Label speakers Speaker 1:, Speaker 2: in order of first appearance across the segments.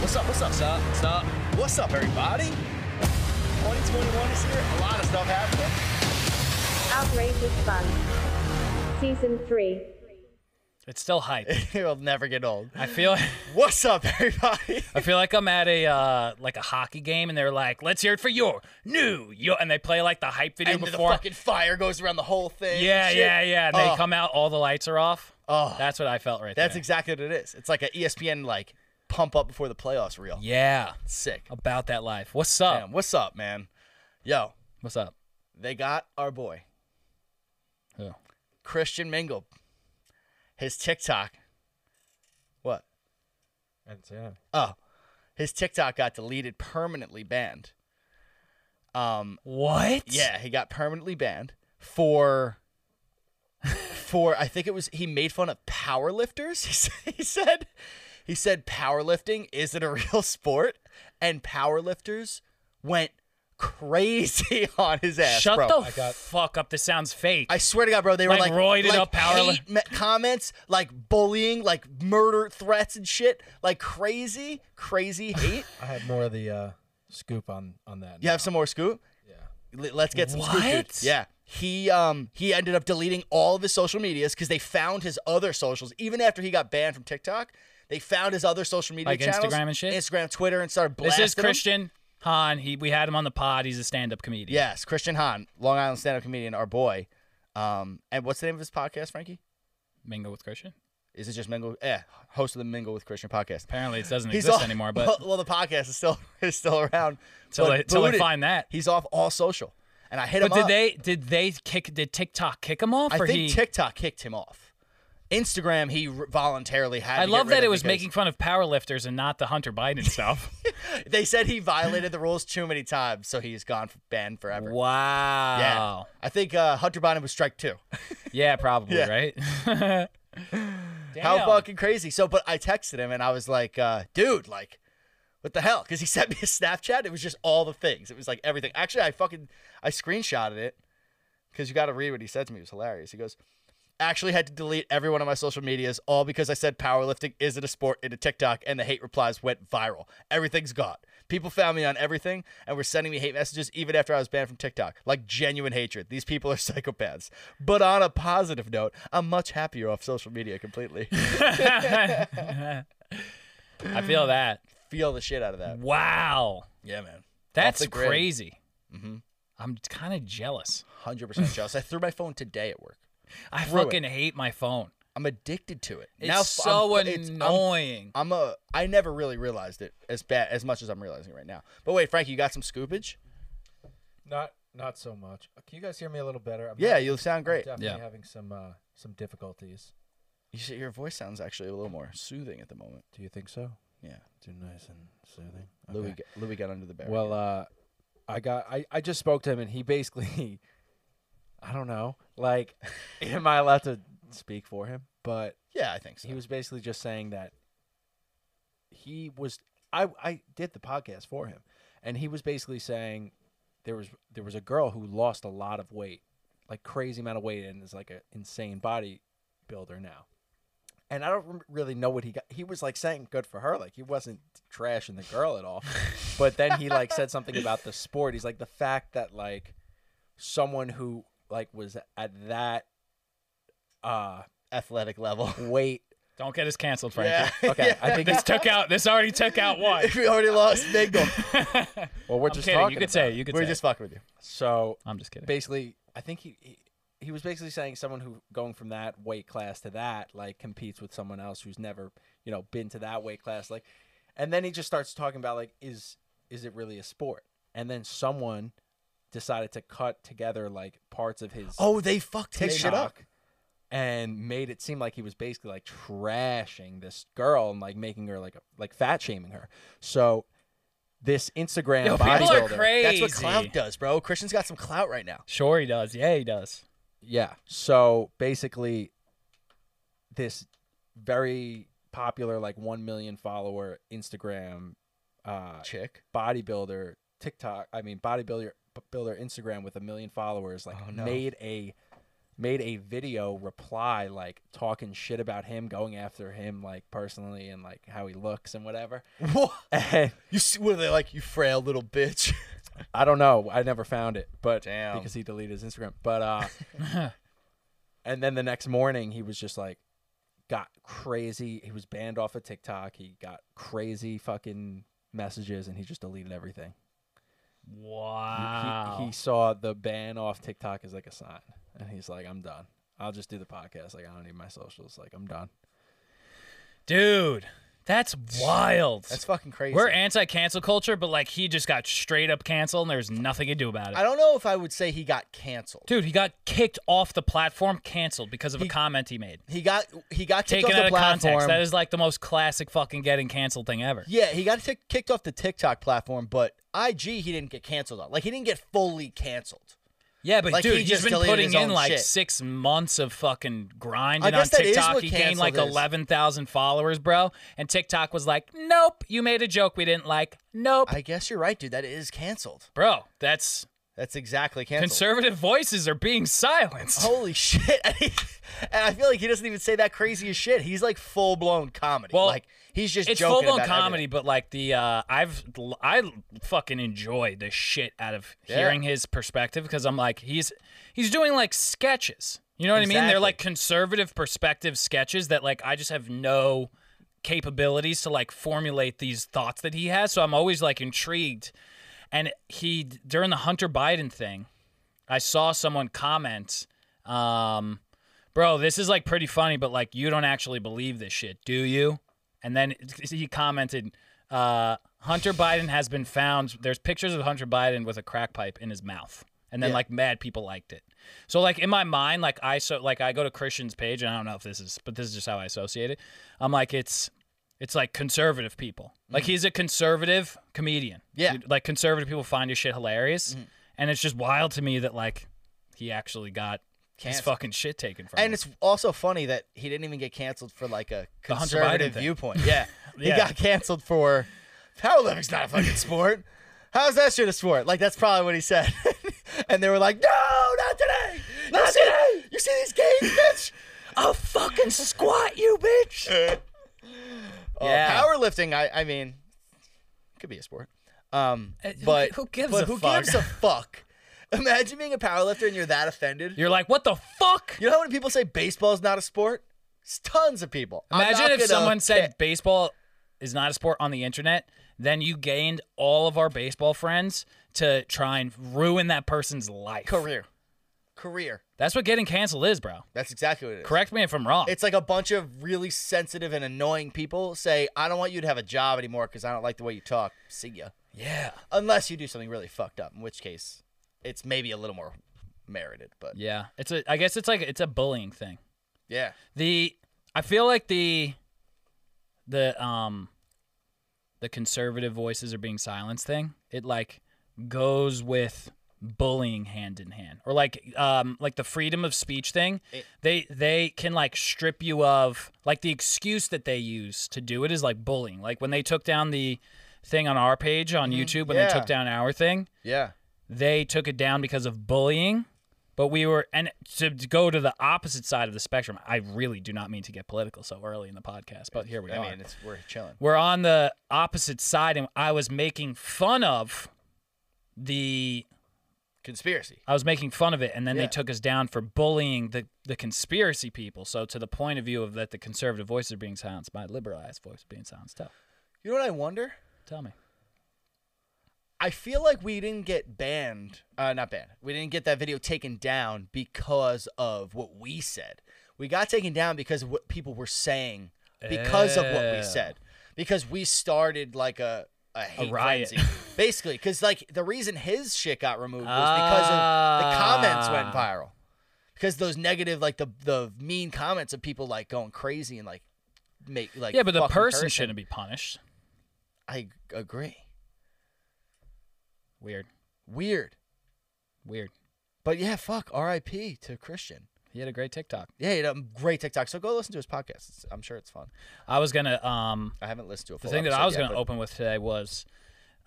Speaker 1: What's up? What's up? Stop. Stop. What's up, everybody? 2021 is here. A lot of stuff happening.
Speaker 2: Outrageous Fun. Season 3.
Speaker 3: It's still hype.
Speaker 1: It'll never get old.
Speaker 3: I feel
Speaker 1: What's up, everybody?
Speaker 3: I feel like I'm at a uh, like a hockey game and they're like, "Let's hear it for your new yo," and they play like the hype video
Speaker 1: And the
Speaker 3: before.
Speaker 1: fucking fire goes around the whole thing.
Speaker 3: yeah,
Speaker 1: and shit.
Speaker 3: yeah, yeah. And
Speaker 1: Oh,
Speaker 3: they come out, all the lights are off.
Speaker 1: Oh.
Speaker 3: that's what I felt right
Speaker 1: That's
Speaker 3: there.
Speaker 1: exactly what it is. It's like E an ESPN like pump up before the playoffs reel.
Speaker 3: yeah,
Speaker 1: Sick.
Speaker 3: about that life. What's up?
Speaker 1: Damn. What's up, man? Yo,
Speaker 3: What's up?
Speaker 1: they got our boy
Speaker 3: Who?
Speaker 1: Christian Mingle. His TikTok. What? Oh, his TikTok got deleted, permanently banned. Um,
Speaker 3: What?
Speaker 1: yeah, he got permanently banned for for I think it was he made fun of powerlifters. He said he said, he said powerlifting isn't a real sport, and powerlifters went crazy on his ass.
Speaker 3: Shut
Speaker 1: bro.
Speaker 3: the fuck up. This sounds fake.
Speaker 1: I swear to God, bro, they were
Speaker 3: Like,
Speaker 1: like
Speaker 3: roided
Speaker 1: like,
Speaker 3: up power-
Speaker 1: hate me- comments, like bullying, like murder threats and shit, like crazy, crazy hate.
Speaker 4: I had more of the uh, scoop on on that.
Speaker 1: You have some more scoop? Yeah. let's get some scoop, dude.
Speaker 3: What?
Speaker 1: Yeah. He um he ended up deleting all of his social medias because they found his other socials even after he got banned from TikTok. They found his other social media
Speaker 3: Like
Speaker 1: channels,
Speaker 3: Instagram and shit?
Speaker 1: Instagram, Twitter, and started
Speaker 3: this
Speaker 1: blasting.
Speaker 3: is
Speaker 1: him.
Speaker 3: Christian Hahn. He we had him on the pod. He's a stand-up comedian.
Speaker 1: Yes, Christian Hahn, Long Island stand-up comedian, our boy. Um, and what's the name of his podcast, Frankie?
Speaker 3: Mingle with Christian.
Speaker 1: Is it just Mingle? Eh, host of the Mingle with Christian podcast.
Speaker 3: Apparently, it doesn't exist
Speaker 1: off-
Speaker 3: anymore. But
Speaker 1: well, well, the podcast is still is still around.
Speaker 3: Till
Speaker 1: but
Speaker 3: I- till I
Speaker 1: booted.
Speaker 3: find that.
Speaker 1: he's off all social, and I hit him.
Speaker 3: but did
Speaker 1: up.
Speaker 3: they did they kick did TikTok kick him off?
Speaker 1: I
Speaker 3: or
Speaker 1: think
Speaker 3: he,
Speaker 1: TikTok kicked him off. Instagram, he r- voluntarily had.
Speaker 3: I
Speaker 1: to get
Speaker 3: love
Speaker 1: rid
Speaker 3: that
Speaker 1: of
Speaker 3: it was
Speaker 1: because
Speaker 3: making fun of powerlifters and not the Hunter Biden stuff.
Speaker 1: They said he violated the rules too many times, so he's gone f- banned forever.
Speaker 3: wow.
Speaker 1: I think uh, Hunter Biden was strike two.
Speaker 3: Yeah, probably,
Speaker 1: Yeah.
Speaker 3: right?
Speaker 1: How
Speaker 3: Damn.
Speaker 1: fucking crazy! So, but I texted him and I was like, uh, "Dude, like, what the hell?" Because he sent me a Snapchat. It was just all the things. It was like everything. Actually, I fucking I screenshotted it because you got to read what he said to me. It was hilarious. He goes, "Actually, had to delete every one of my social medias, all because I said powerlifting isn't a sport in a TikTok, and the hate replies went viral. Everything's gone." People found me on everything and were sending me hate messages even after I was banned from TikTok. Like genuine hatred. These people are psychopaths. But on a positive note, I'm much happier off social media completely.
Speaker 3: I feel that.
Speaker 1: feel the shit out of that.
Speaker 3: Wow.
Speaker 1: Yeah, man.
Speaker 3: That's
Speaker 1: the grid. Mm-hmm.
Speaker 3: crazy. I'm kind of jealous.
Speaker 1: 100% jealous. I threw my phone today at work.
Speaker 3: I
Speaker 1: Threw it.
Speaker 3: fucking hate my phone.
Speaker 1: I'm addicted to it.
Speaker 3: It's
Speaker 1: f-
Speaker 3: so
Speaker 1: I'm- it's- I'm,
Speaker 3: annoying.
Speaker 1: I'm a. I never really realized it as bad as much as I'm realizing it right now. But wait, Frank, you got some scoopage?
Speaker 4: Not not so much. Uh, Can you guys hear me a little better? I'm
Speaker 1: Yeah,
Speaker 4: not-
Speaker 1: you sound great.
Speaker 4: I'm definitely
Speaker 3: Yeah.
Speaker 4: having some uh, some difficulties.
Speaker 1: You see, your voice sounds actually a little more soothing at the moment.
Speaker 4: Do you think so?
Speaker 1: Yeah,
Speaker 4: Too nice and soothing.
Speaker 1: Louis. Got, Louis got under the bed.
Speaker 4: Well, uh, I got I, I just spoke to him and he basically, I don't know, like, am I allowed to speak for him? But
Speaker 1: yeah, I think so.
Speaker 4: he was basically just saying that he was I I did the podcast for him and he was basically saying there was there was a girl who lost a lot of weight like crazy amount of weight and is like an insane bodybuilder now and I don't rem- really know what he got he was like saying good for her like he wasn't trashing the girl at all but then he like said something about the sport he's like the fact that like someone who like was at that uh
Speaker 1: athletic level.
Speaker 4: weight
Speaker 3: Don't get us canceled, Frankie.
Speaker 1: Yeah.
Speaker 4: okay I think
Speaker 3: This took out. This already took out one.
Speaker 1: we already lost Mingle.
Speaker 4: Well, we're
Speaker 3: I'm
Speaker 4: just
Speaker 3: kidding.
Speaker 4: talking.
Speaker 3: You could
Speaker 4: about
Speaker 3: say.
Speaker 4: it.
Speaker 3: You could
Speaker 1: We're
Speaker 3: say.
Speaker 1: just fucking with you.
Speaker 4: so.
Speaker 3: I'm just kidding.
Speaker 4: Basically, I think he, he he was basically saying someone who going from that weight class to that like competes with someone else who's never you know been to that weight class like, and then he just starts talking about like is is it really a sport? And then someone decided to cut together like parts of his
Speaker 1: Oh, they fucked his shit up.
Speaker 4: TikTok and made it seem like he was basically like trashing this girl and like making her like like fat shaming her. So this Instagram
Speaker 3: Yo, people are
Speaker 4: bodybuilder,
Speaker 1: That's
Speaker 3: crazy.
Speaker 1: what clout does, bro. Christian's got some clout right now.
Speaker 3: Sure, he does. Yeah, he does.
Speaker 4: yeah. So basically, this very popular like one million follower Instagram uh,
Speaker 1: Chick.
Speaker 4: bodybuilder TikTok, I mean bodybuilder builder Instagram with a million followers, like
Speaker 1: Oh, no.
Speaker 4: made a made a video reply like talking shit about him, going after him like personally and like how he looks and whatever.
Speaker 1: What?
Speaker 4: And
Speaker 1: You see, what are they like? You frail little bitch.
Speaker 4: I don't know. I never found it, but
Speaker 1: Damn.
Speaker 4: because he deleted his Instagram. But uh and then the next morning he was just like got crazy. He was banned off of TikTok. He got crazy fucking messages and he just deleted everything. He-
Speaker 3: Wow.
Speaker 1: Oh.
Speaker 4: He, he saw the ban off TikTok as like a sign and he's like I'm done. I'll just do the podcast. Like I don't need my socials. Like I'm done.
Speaker 3: Dude, that's wild.
Speaker 1: That's fucking crazy.
Speaker 3: We're anti cancel culture, but like he just got straight up canceled and there's nothing you can do about it.
Speaker 1: I don't know if I would say he got canceled.
Speaker 3: Dude, he got kicked off the platform, canceled because of a
Speaker 1: He-
Speaker 3: comment he made.
Speaker 1: He got he got kicked off
Speaker 3: Taken out
Speaker 1: the
Speaker 3: of
Speaker 1: platform.
Speaker 3: context. That is like the most classic fucking getting canceled thing ever.
Speaker 1: yeah, he got tick- kicked off the TikTok platform, but IG he didn't get canceled on. Like he didn't get fully canceled.
Speaker 3: Yeah, but
Speaker 1: Like,
Speaker 3: dude,
Speaker 1: he
Speaker 3: he has
Speaker 1: just
Speaker 3: been
Speaker 1: deleted
Speaker 3: putting
Speaker 1: his own
Speaker 3: in like
Speaker 1: shit.
Speaker 3: six months of fucking grinding
Speaker 1: I
Speaker 3: on
Speaker 1: guess that is
Speaker 3: TikTok.
Speaker 1: what
Speaker 3: He gained
Speaker 1: canceled
Speaker 3: like
Speaker 1: is.
Speaker 3: 11,000 followers, bro. And TikTok was like, nope, you made a joke we didn't like. Nope.
Speaker 1: I guess you're right, dude. That is canceled.
Speaker 3: bro, that's
Speaker 1: That's exactly canceled.
Speaker 3: conservative voices are being silenced.
Speaker 1: Holy shit! and I feel like he doesn't even say that crazy as shit. He's like full blown comedy.
Speaker 3: Well,
Speaker 1: like he's just
Speaker 3: it's
Speaker 1: joking
Speaker 3: full blown
Speaker 1: about
Speaker 3: comedy,
Speaker 1: everything.
Speaker 3: but like the uh, I've I fucking enjoy the shit out of
Speaker 1: Yeah.
Speaker 3: hearing his perspective because I'm like he's he's doing like sketches. You know what I mean? They're
Speaker 1: Exactly.
Speaker 3: like conservative perspective sketches that like I just have no capabilities to like formulate these thoughts that he has. So I'm always like intrigued. And he during the Hunter Biden thing, I saw someone comment, um, bro, this is like pretty funny, but like you don't actually believe this shit, do you? And then he commented, uh, Hunter Biden has been found. There's pictures of Hunter Biden with a crack pipe in his mouth. And then
Speaker 1: Yeah.
Speaker 3: like mad people liked it. So like in my mind, like I so like I go to Christian's page and I don't know if this is but this is just how I associate it. I'm like it's it's like conservative people. Like he's a conservative comedian.
Speaker 1: Mm-hmm. Yeah. Mm-hmm.
Speaker 3: Dude, Like conservative people find his shit hilarious. And it's just wild to me that like he actually got his
Speaker 1: Canceled.
Speaker 3: fucking shit taken from him.
Speaker 1: And it's also funny that he didn't even get canceled for like a
Speaker 3: The Hunter Biden
Speaker 1: conservative
Speaker 3: thing.
Speaker 1: viewpoint. Yeah.
Speaker 3: Yeah.
Speaker 1: he got canceled for powerlifting's not a fucking sport. How's that shit a sport? Like that's probably what he said. and they were like, "No, not today, not you today. See, you see these games, bitch? I'll fucking squat you, bitch."
Speaker 3: Yeah.
Speaker 1: Powerlifting, I, I mean, could be a sport. Um,
Speaker 3: Uh,
Speaker 1: but
Speaker 3: who gives
Speaker 1: but
Speaker 3: a
Speaker 1: who
Speaker 3: fuck?
Speaker 1: gives a fuck? Imagine being a powerlifter and you're that offended.
Speaker 3: You're like, what the fuck?
Speaker 1: You know how many people say baseball's not a sport? It's tons of people. I'm not
Speaker 3: Imagine if
Speaker 1: gonna
Speaker 3: someone said
Speaker 1: pick-
Speaker 3: baseball is not a sport on the internet, then you gained all of our baseball friends to try and ruin that person's life.
Speaker 1: career, career.
Speaker 3: That's what getting canceled is, bro.
Speaker 1: That's exactly what it is.
Speaker 3: Correct me if I'm wrong.
Speaker 1: It's like a bunch of really sensitive and annoying people say, "I don't want you to have a job anymore because I don't like the way you talk." See ya.
Speaker 3: yeah.
Speaker 1: Unless you do something really fucked up, in which case, it's maybe a little more merited. But
Speaker 3: Yeah. It's a I guess it's like it's a bullying thing.
Speaker 1: yeah,
Speaker 3: The I feel like the the um the conservative voices are being silenced thing. It like goes with bullying hand in hand or like um like the freedom of speech thing
Speaker 1: It-
Speaker 3: they they can like strip you of like the excuse that they use to do it is like bullying like when they took down the thing on our page on youtube when they
Speaker 1: Mm-hmm. Yeah.
Speaker 3: took down our thing
Speaker 1: yeah.
Speaker 3: they took it down because of bullying but we were and to go to the opposite side of the spectrum i really do not mean to get political so early in the podcast but here we
Speaker 1: I
Speaker 3: are
Speaker 1: mean, it's we're chilling.
Speaker 3: we're on the opposite side and i was making fun of the
Speaker 1: Conspiracy.
Speaker 3: i was making fun of it and then they
Speaker 1: Yeah.
Speaker 3: took us down for bullying the, the conspiracy people so to the point of view of that the conservative voices are being silenced my liberalized voice is being silenced tell
Speaker 1: You know what I wonder?
Speaker 3: tell me
Speaker 1: I feel like we didn't get banned, uh, not banned. We didn't get that video taken down because of what we said. We got taken down because of what people were saying because of what
Speaker 3: Yeah.
Speaker 1: we said. Because we started like a a, hate
Speaker 3: riot.
Speaker 1: frenzy. basically. Because like the reason his shit got removed was because of the comments went
Speaker 3: Ah.
Speaker 1: viral. Because those negative, like the the mean comments of people like going crazy and like make like
Speaker 3: yeah but the
Speaker 1: fucking
Speaker 3: person
Speaker 1: cursing.
Speaker 3: shouldn't be punished
Speaker 1: I agree.
Speaker 3: weird
Speaker 1: Weird.
Speaker 3: weird
Speaker 1: But yeah, fuck. R.I.P. to Christian.
Speaker 3: he had a great tiktok
Speaker 1: Yeah, you know, great TikTok. So go listen to his podcast. It's, I'm sure it's fun.
Speaker 3: i was gonna um
Speaker 1: I haven't listened to it.
Speaker 3: The thing that I was going to open with today was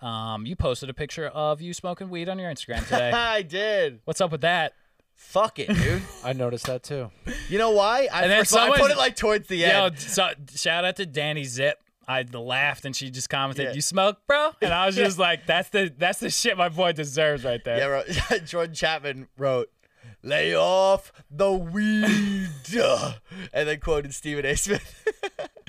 Speaker 3: um, you posted a picture of you smoking weed on your Instagram today.
Speaker 1: I did.
Speaker 3: What's up with that?
Speaker 1: Fuck it, dude.
Speaker 4: I noticed that too.
Speaker 1: you know why? I,
Speaker 3: And then
Speaker 1: first of all, I put
Speaker 3: someone-
Speaker 1: it like towards the
Speaker 3: Yo,
Speaker 1: end.
Speaker 3: so, shout out to Danny Zip. I laughed and she just commented,
Speaker 1: Yeah.
Speaker 3: "You smoke, bro?" And I was just like, "That's the that's the shit my boy deserves right there."
Speaker 1: Yeah, bro. Jordan Chapman wrote, "Lay off the weed," and then quoted Stephen A. Smith.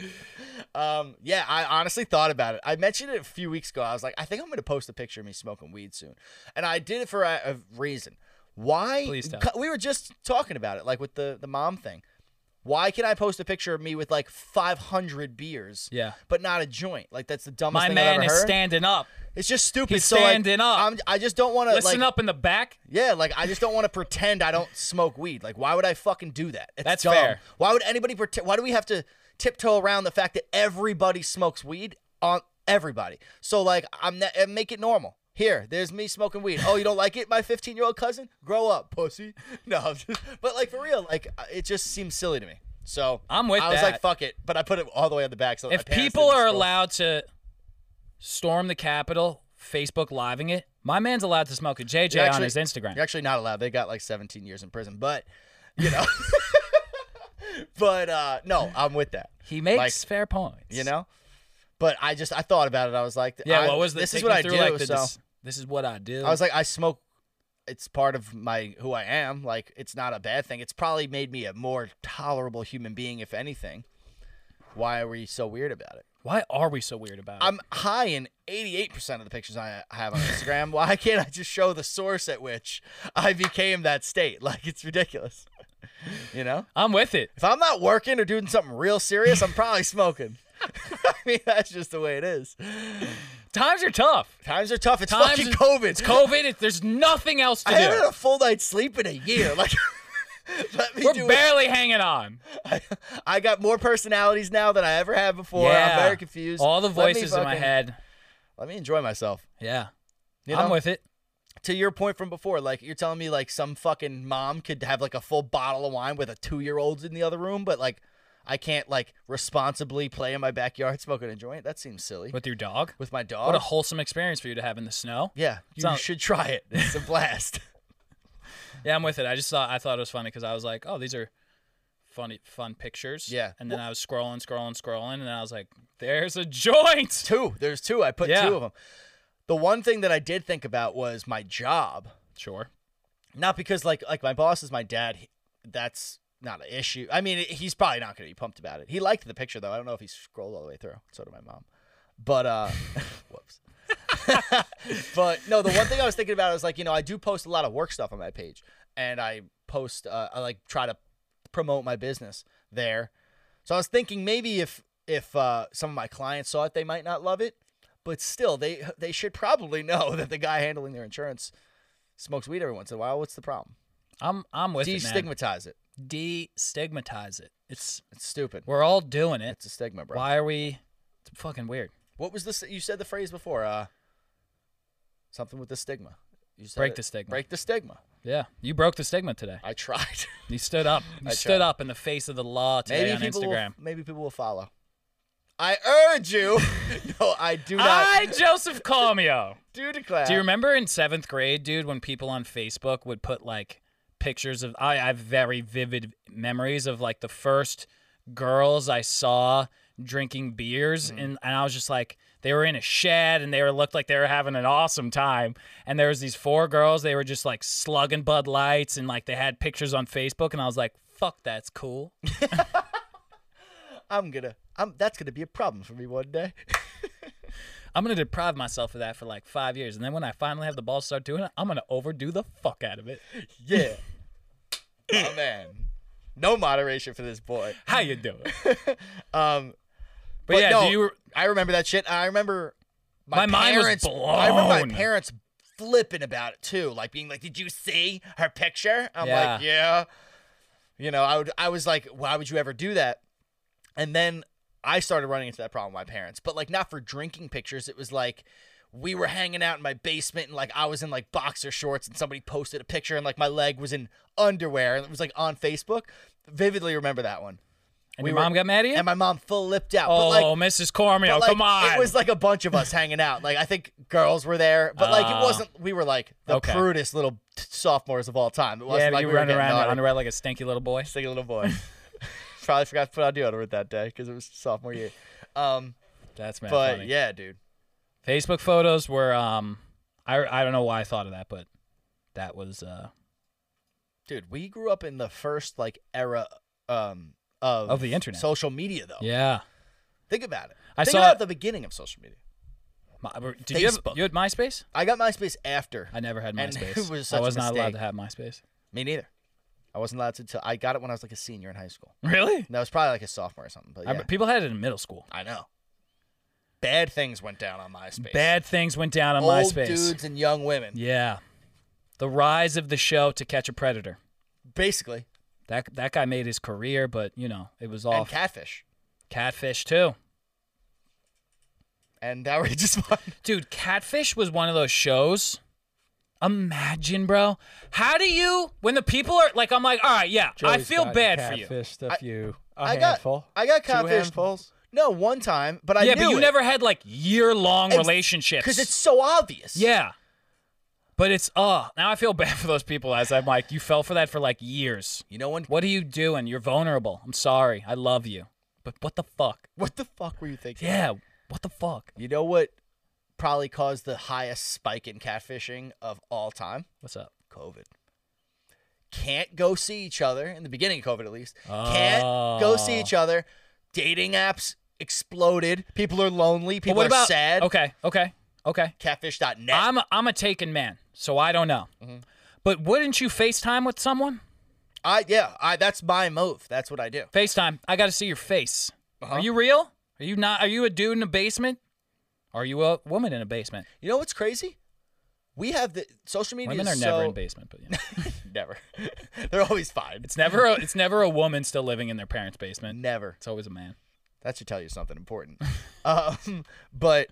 Speaker 1: um, yeah, I honestly thought about it. I mentioned it a few weeks ago. I was like, I think I'm gonna post a picture of me smoking weed soon, and I did it for a, a reason. Why?
Speaker 3: Please tell.
Speaker 1: We were just talking about it, like with the the mom thing. Why can I post a picture of me with like 500 beers?
Speaker 3: Yeah.
Speaker 1: but not a joint. Like that's the dumbest
Speaker 3: My
Speaker 1: thing I've
Speaker 3: man
Speaker 1: ever
Speaker 3: is
Speaker 1: heard.
Speaker 3: standing up.
Speaker 1: it's just stupid.
Speaker 3: He's
Speaker 1: so like,
Speaker 3: standing up.
Speaker 1: I'm, I just don't want to
Speaker 3: Listen
Speaker 1: Uh, like,
Speaker 3: up in the back.
Speaker 1: yeah, like I just don't want to pretend I don't smoke weed. Like, why would I fucking do that? It's
Speaker 3: That's
Speaker 1: dumb.
Speaker 3: fair.
Speaker 1: Why would anybody pretend? Why do we have to tiptoe around the fact that everybody smokes weed on everybody? So like, I'm ne- and make it normal. Here, there's me smoking weed. Oh, you don't like it, my 15 year old cousin? Grow up, pussy. No, I'm just- but like for real, like uh, it just seems silly to me. So
Speaker 3: I'm with
Speaker 1: I was
Speaker 3: that.
Speaker 1: like, fuck it, but I put it all the way on the back. So that
Speaker 3: If
Speaker 1: my parents
Speaker 3: people
Speaker 1: didn't
Speaker 3: are
Speaker 1: scroll.
Speaker 3: allowed to storm the Capitol, Facebook living it, my man's allowed to smoke a JJ
Speaker 1: You're
Speaker 3: on
Speaker 1: actually-
Speaker 3: his Instagram.
Speaker 1: You're actually not allowed. They got like 17 years in prison, but you know. but uh no, I'm with that.
Speaker 3: He makes
Speaker 1: Like,
Speaker 3: fair points.
Speaker 1: You know. But I just I thought about it. I was like,
Speaker 3: Yeah.
Speaker 1: I,
Speaker 3: what was the,
Speaker 1: this? Is
Speaker 3: take
Speaker 1: what
Speaker 3: me
Speaker 1: I do.
Speaker 3: through, Like the,
Speaker 1: so
Speaker 3: dis- this is what I do.
Speaker 1: I was like, I smoke. It's part of my who I am. Like it's not a bad thing. It's probably made me a more tolerable human being, if anything. Why are we so weird about it?
Speaker 3: why are we so weird about it?
Speaker 1: I'm high in 88% of the pictures I have on Instagram. Why can't I just show the source at which I became that state? Like, it's ridiculous. You know?
Speaker 3: I'm with it.
Speaker 1: If I'm not working or doing something real serious, I'm probably smoking. I mean, that's just the way it is.
Speaker 3: Times are tough.
Speaker 1: Times are tough. It's
Speaker 3: Times
Speaker 1: fucking
Speaker 3: are-
Speaker 1: COVID.
Speaker 3: It's COVID. It, there's nothing else to
Speaker 1: I haven't had
Speaker 3: do.
Speaker 1: a full night's sleep in a year. Like, let me do
Speaker 3: We're
Speaker 1: it.
Speaker 3: barely hanging on.
Speaker 1: I, I got more personalities now than I ever had before. I'm very confused.
Speaker 3: All the
Speaker 1: Let me
Speaker 3: voices in my
Speaker 1: fucking-
Speaker 3: head.
Speaker 1: Let me enjoy myself.
Speaker 3: Yeah.
Speaker 1: You
Speaker 3: I'm
Speaker 1: know?
Speaker 3: with it.
Speaker 1: to your point from before, like you're telling me like some fucking mom could have like a full bottle of wine with a two year old in the other room, but like I can't like responsibly play in my backyard smoking a joint. That seems silly.
Speaker 3: With your dog.
Speaker 1: with my dog.
Speaker 3: What a wholesome experience for you to have in the snow.
Speaker 1: yeah, you
Speaker 3: not-
Speaker 1: should try it. It's a blast.
Speaker 3: Yeah, I'm with it. I just thought I thought it was funny because I was like, oh, these are funny fun pictures.
Speaker 1: Yeah.
Speaker 3: And then I was scrolling, scrolling, scrolling, and I was like, there's a joint.
Speaker 1: two. There's two. I put
Speaker 3: Yeah.
Speaker 1: two of them. The one thing that I did think about was my job.
Speaker 3: Sure.
Speaker 1: Not because like like my boss is my dad. He- That's not an issue. I mean, he's probably not going to be pumped about it. He liked the picture though. I don't know if he scrolled all the way through. So did my mom. But uh whoops. but no, the one thing I was thinking about is like, you know, I do post a lot of work stuff on my page and I post uh, I like try to promote my business there. So I was thinking maybe if if uh, some of my clients saw it, they might not love it, but still they they should probably know that the guy handling their insurance smokes weed every once in a while. What's the problem?
Speaker 3: I'm I'm with it. Man.
Speaker 1: Destigmatize it.
Speaker 3: Destigmatize it. It's
Speaker 1: It's stupid.
Speaker 3: we're all doing it.
Speaker 1: It's a stigma, bro.
Speaker 3: Why are we it's fucking weird.
Speaker 1: What was this? You said the phrase before. Uh, something with the stigma. You said
Speaker 3: Break
Speaker 1: it.
Speaker 3: the stigma.
Speaker 1: Break the stigma.
Speaker 3: Yeah. You broke the stigma today.
Speaker 1: I tried.
Speaker 3: You stood up. You
Speaker 1: I
Speaker 3: stood
Speaker 1: tried.
Speaker 3: up in the face of the law today
Speaker 1: maybe
Speaker 3: on
Speaker 1: people.
Speaker 3: Instagram.
Speaker 1: Will, maybe people will follow. I urge you. no, I do not.
Speaker 3: I Joseph Comio.
Speaker 1: do declare.
Speaker 3: Do you remember in seventh grade, dude, when people on Facebook would put like pictures of? I, I have very vivid memories of like the first girls I saw drinking beers, and, and I was just like, they were in a shed and they were looked like they were having an awesome time. And there was these four girls, they were just like slugging Bud Lights, and like they had pictures on Facebook, and I was like, fuck, that's cool.
Speaker 1: I'm gonna. I'm. That's gonna be a problem for me one day.
Speaker 3: I'm gonna deprive myself of that for like five years, and then when I finally have the balls to start doing it, I'm gonna overdo the fuck out of it.
Speaker 1: yeah. oh man. No moderation for this boy.
Speaker 3: How you doing? um, but,
Speaker 1: Um, But
Speaker 3: yeah,
Speaker 1: no,
Speaker 3: do you?
Speaker 1: I remember that shit. I remember my,
Speaker 3: My mind was
Speaker 1: parents. I remember
Speaker 3: blown.
Speaker 1: my parents flipping about it too, like being like, "Did you see her picture?" I'm like, "Yeah." You know, I would. I was like, "Why would you ever do that?" And then I started running into that problem with my parents, but like not for drinking pictures. It was like we were hanging out in my basement and like I was in like boxer shorts and somebody posted a picture and like my leg was in underwear and it was like on Facebook. Vividly remember that one.
Speaker 3: And
Speaker 1: We
Speaker 3: your
Speaker 1: were-
Speaker 3: mom got mad at you?
Speaker 1: and my mom full lipped out. but
Speaker 3: oh,
Speaker 1: like,
Speaker 3: Mrs.
Speaker 1: but,
Speaker 3: Cormio,
Speaker 1: like,
Speaker 3: come on.
Speaker 1: It was like a bunch of us hanging out. Like I think girls were there, but like
Speaker 3: Ah.
Speaker 1: it wasn't. We were like the
Speaker 3: Okay.
Speaker 1: prudest little t- sophomores of all time. It wasn't
Speaker 3: yeah,
Speaker 1: like
Speaker 3: you
Speaker 1: we were
Speaker 3: run
Speaker 1: getting
Speaker 3: around in
Speaker 1: naughty.
Speaker 3: your underwear like a stinky little boy.
Speaker 1: Stinky little boy. Probably forgot to put on deodorant that day because it was sophomore year. Um,
Speaker 3: That's mad
Speaker 1: but
Speaker 3: funny.
Speaker 1: yeah, dude.
Speaker 3: Facebook photos were um I I don't know why I thought of that, but that was uh
Speaker 1: dude we grew up in the first like era um of,
Speaker 3: Of the internet.
Speaker 1: social media though
Speaker 3: yeah.
Speaker 1: think about it
Speaker 3: I
Speaker 1: think
Speaker 3: saw-
Speaker 1: about the beginning of social media
Speaker 3: My, did you have,
Speaker 1: Facebook.
Speaker 3: you had MySpace?
Speaker 1: i got myspace after
Speaker 3: I never had
Speaker 1: And
Speaker 3: MySpace.
Speaker 1: it was
Speaker 3: I
Speaker 1: such a
Speaker 3: was not
Speaker 1: mistake.
Speaker 3: allowed to have MySpace.
Speaker 1: me neither i wasn't allowed to tell i got it when i was like a senior in high school
Speaker 3: Really?
Speaker 1: and that was probably like a sophomore or something but
Speaker 3: I-
Speaker 1: yeah,
Speaker 3: people had it in middle school.
Speaker 1: I, know bad things went down on myspace
Speaker 3: Bad things went down on
Speaker 1: old
Speaker 3: MySpace.
Speaker 1: dudes and young women
Speaker 3: Yeah. The rise of the show to catch a predator.
Speaker 1: basically
Speaker 3: That that guy made his career, but you know, it was all
Speaker 1: and catfish
Speaker 3: catfish too.
Speaker 1: and outrageous fun
Speaker 3: Dude, Catfish was one of those shows. Imagine, bro. How do you when the people are like I'm like, all right, yeah, I feel bad for you.
Speaker 4: Catfished a few. a
Speaker 1: I got
Speaker 4: handful.
Speaker 1: I got
Speaker 4: Two
Speaker 1: catfished.
Speaker 4: handfuls.
Speaker 1: no one time but i
Speaker 3: yeah,
Speaker 1: knew
Speaker 3: but you
Speaker 1: it.
Speaker 3: never had like year long
Speaker 1: And-
Speaker 3: relationships.
Speaker 1: because it's so obvious
Speaker 3: yeah. But it's uh now I feel bad for those people as I'm like, you fell for that for like years.
Speaker 1: you know when
Speaker 3: What are you doing? You're vulnerable. I'm sorry. I love you. But what the fuck?
Speaker 1: what the fuck were you thinking
Speaker 3: Yeah, what the fuck?
Speaker 1: You know what probably caused the highest spike in catfishing of all time?
Speaker 3: What's up?
Speaker 1: COVID. Can't go see each other in the beginning of COVID, at least. Can't go see
Speaker 3: Ah.
Speaker 1: each other. Dating apps exploded. People are lonely.
Speaker 3: But
Speaker 1: People
Speaker 3: what
Speaker 1: are
Speaker 3: about
Speaker 1: sad.
Speaker 3: Okay, okay, okay.
Speaker 1: Catfish.net.
Speaker 3: I'm a, I'm a taken man, so I don't know.
Speaker 1: Mm-hmm.
Speaker 3: But wouldn't you FaceTime with someone?
Speaker 1: I yeah. I that's my move. That's what I do.
Speaker 3: FaceTime. I got to see your face.
Speaker 1: Uh-huh.
Speaker 3: Are you real? Are you not? Are you a dude in a basement? Are you a woman in a basement?
Speaker 1: You know what's crazy? We have the social media.
Speaker 3: Women are
Speaker 1: is
Speaker 3: never
Speaker 1: so-
Speaker 3: in basement, but you know.
Speaker 1: Never. They're always fine.
Speaker 3: it's never a, it's never a woman still living in their parents' basement.
Speaker 1: never.
Speaker 3: It's always a man.
Speaker 1: That should tell you something important. um, but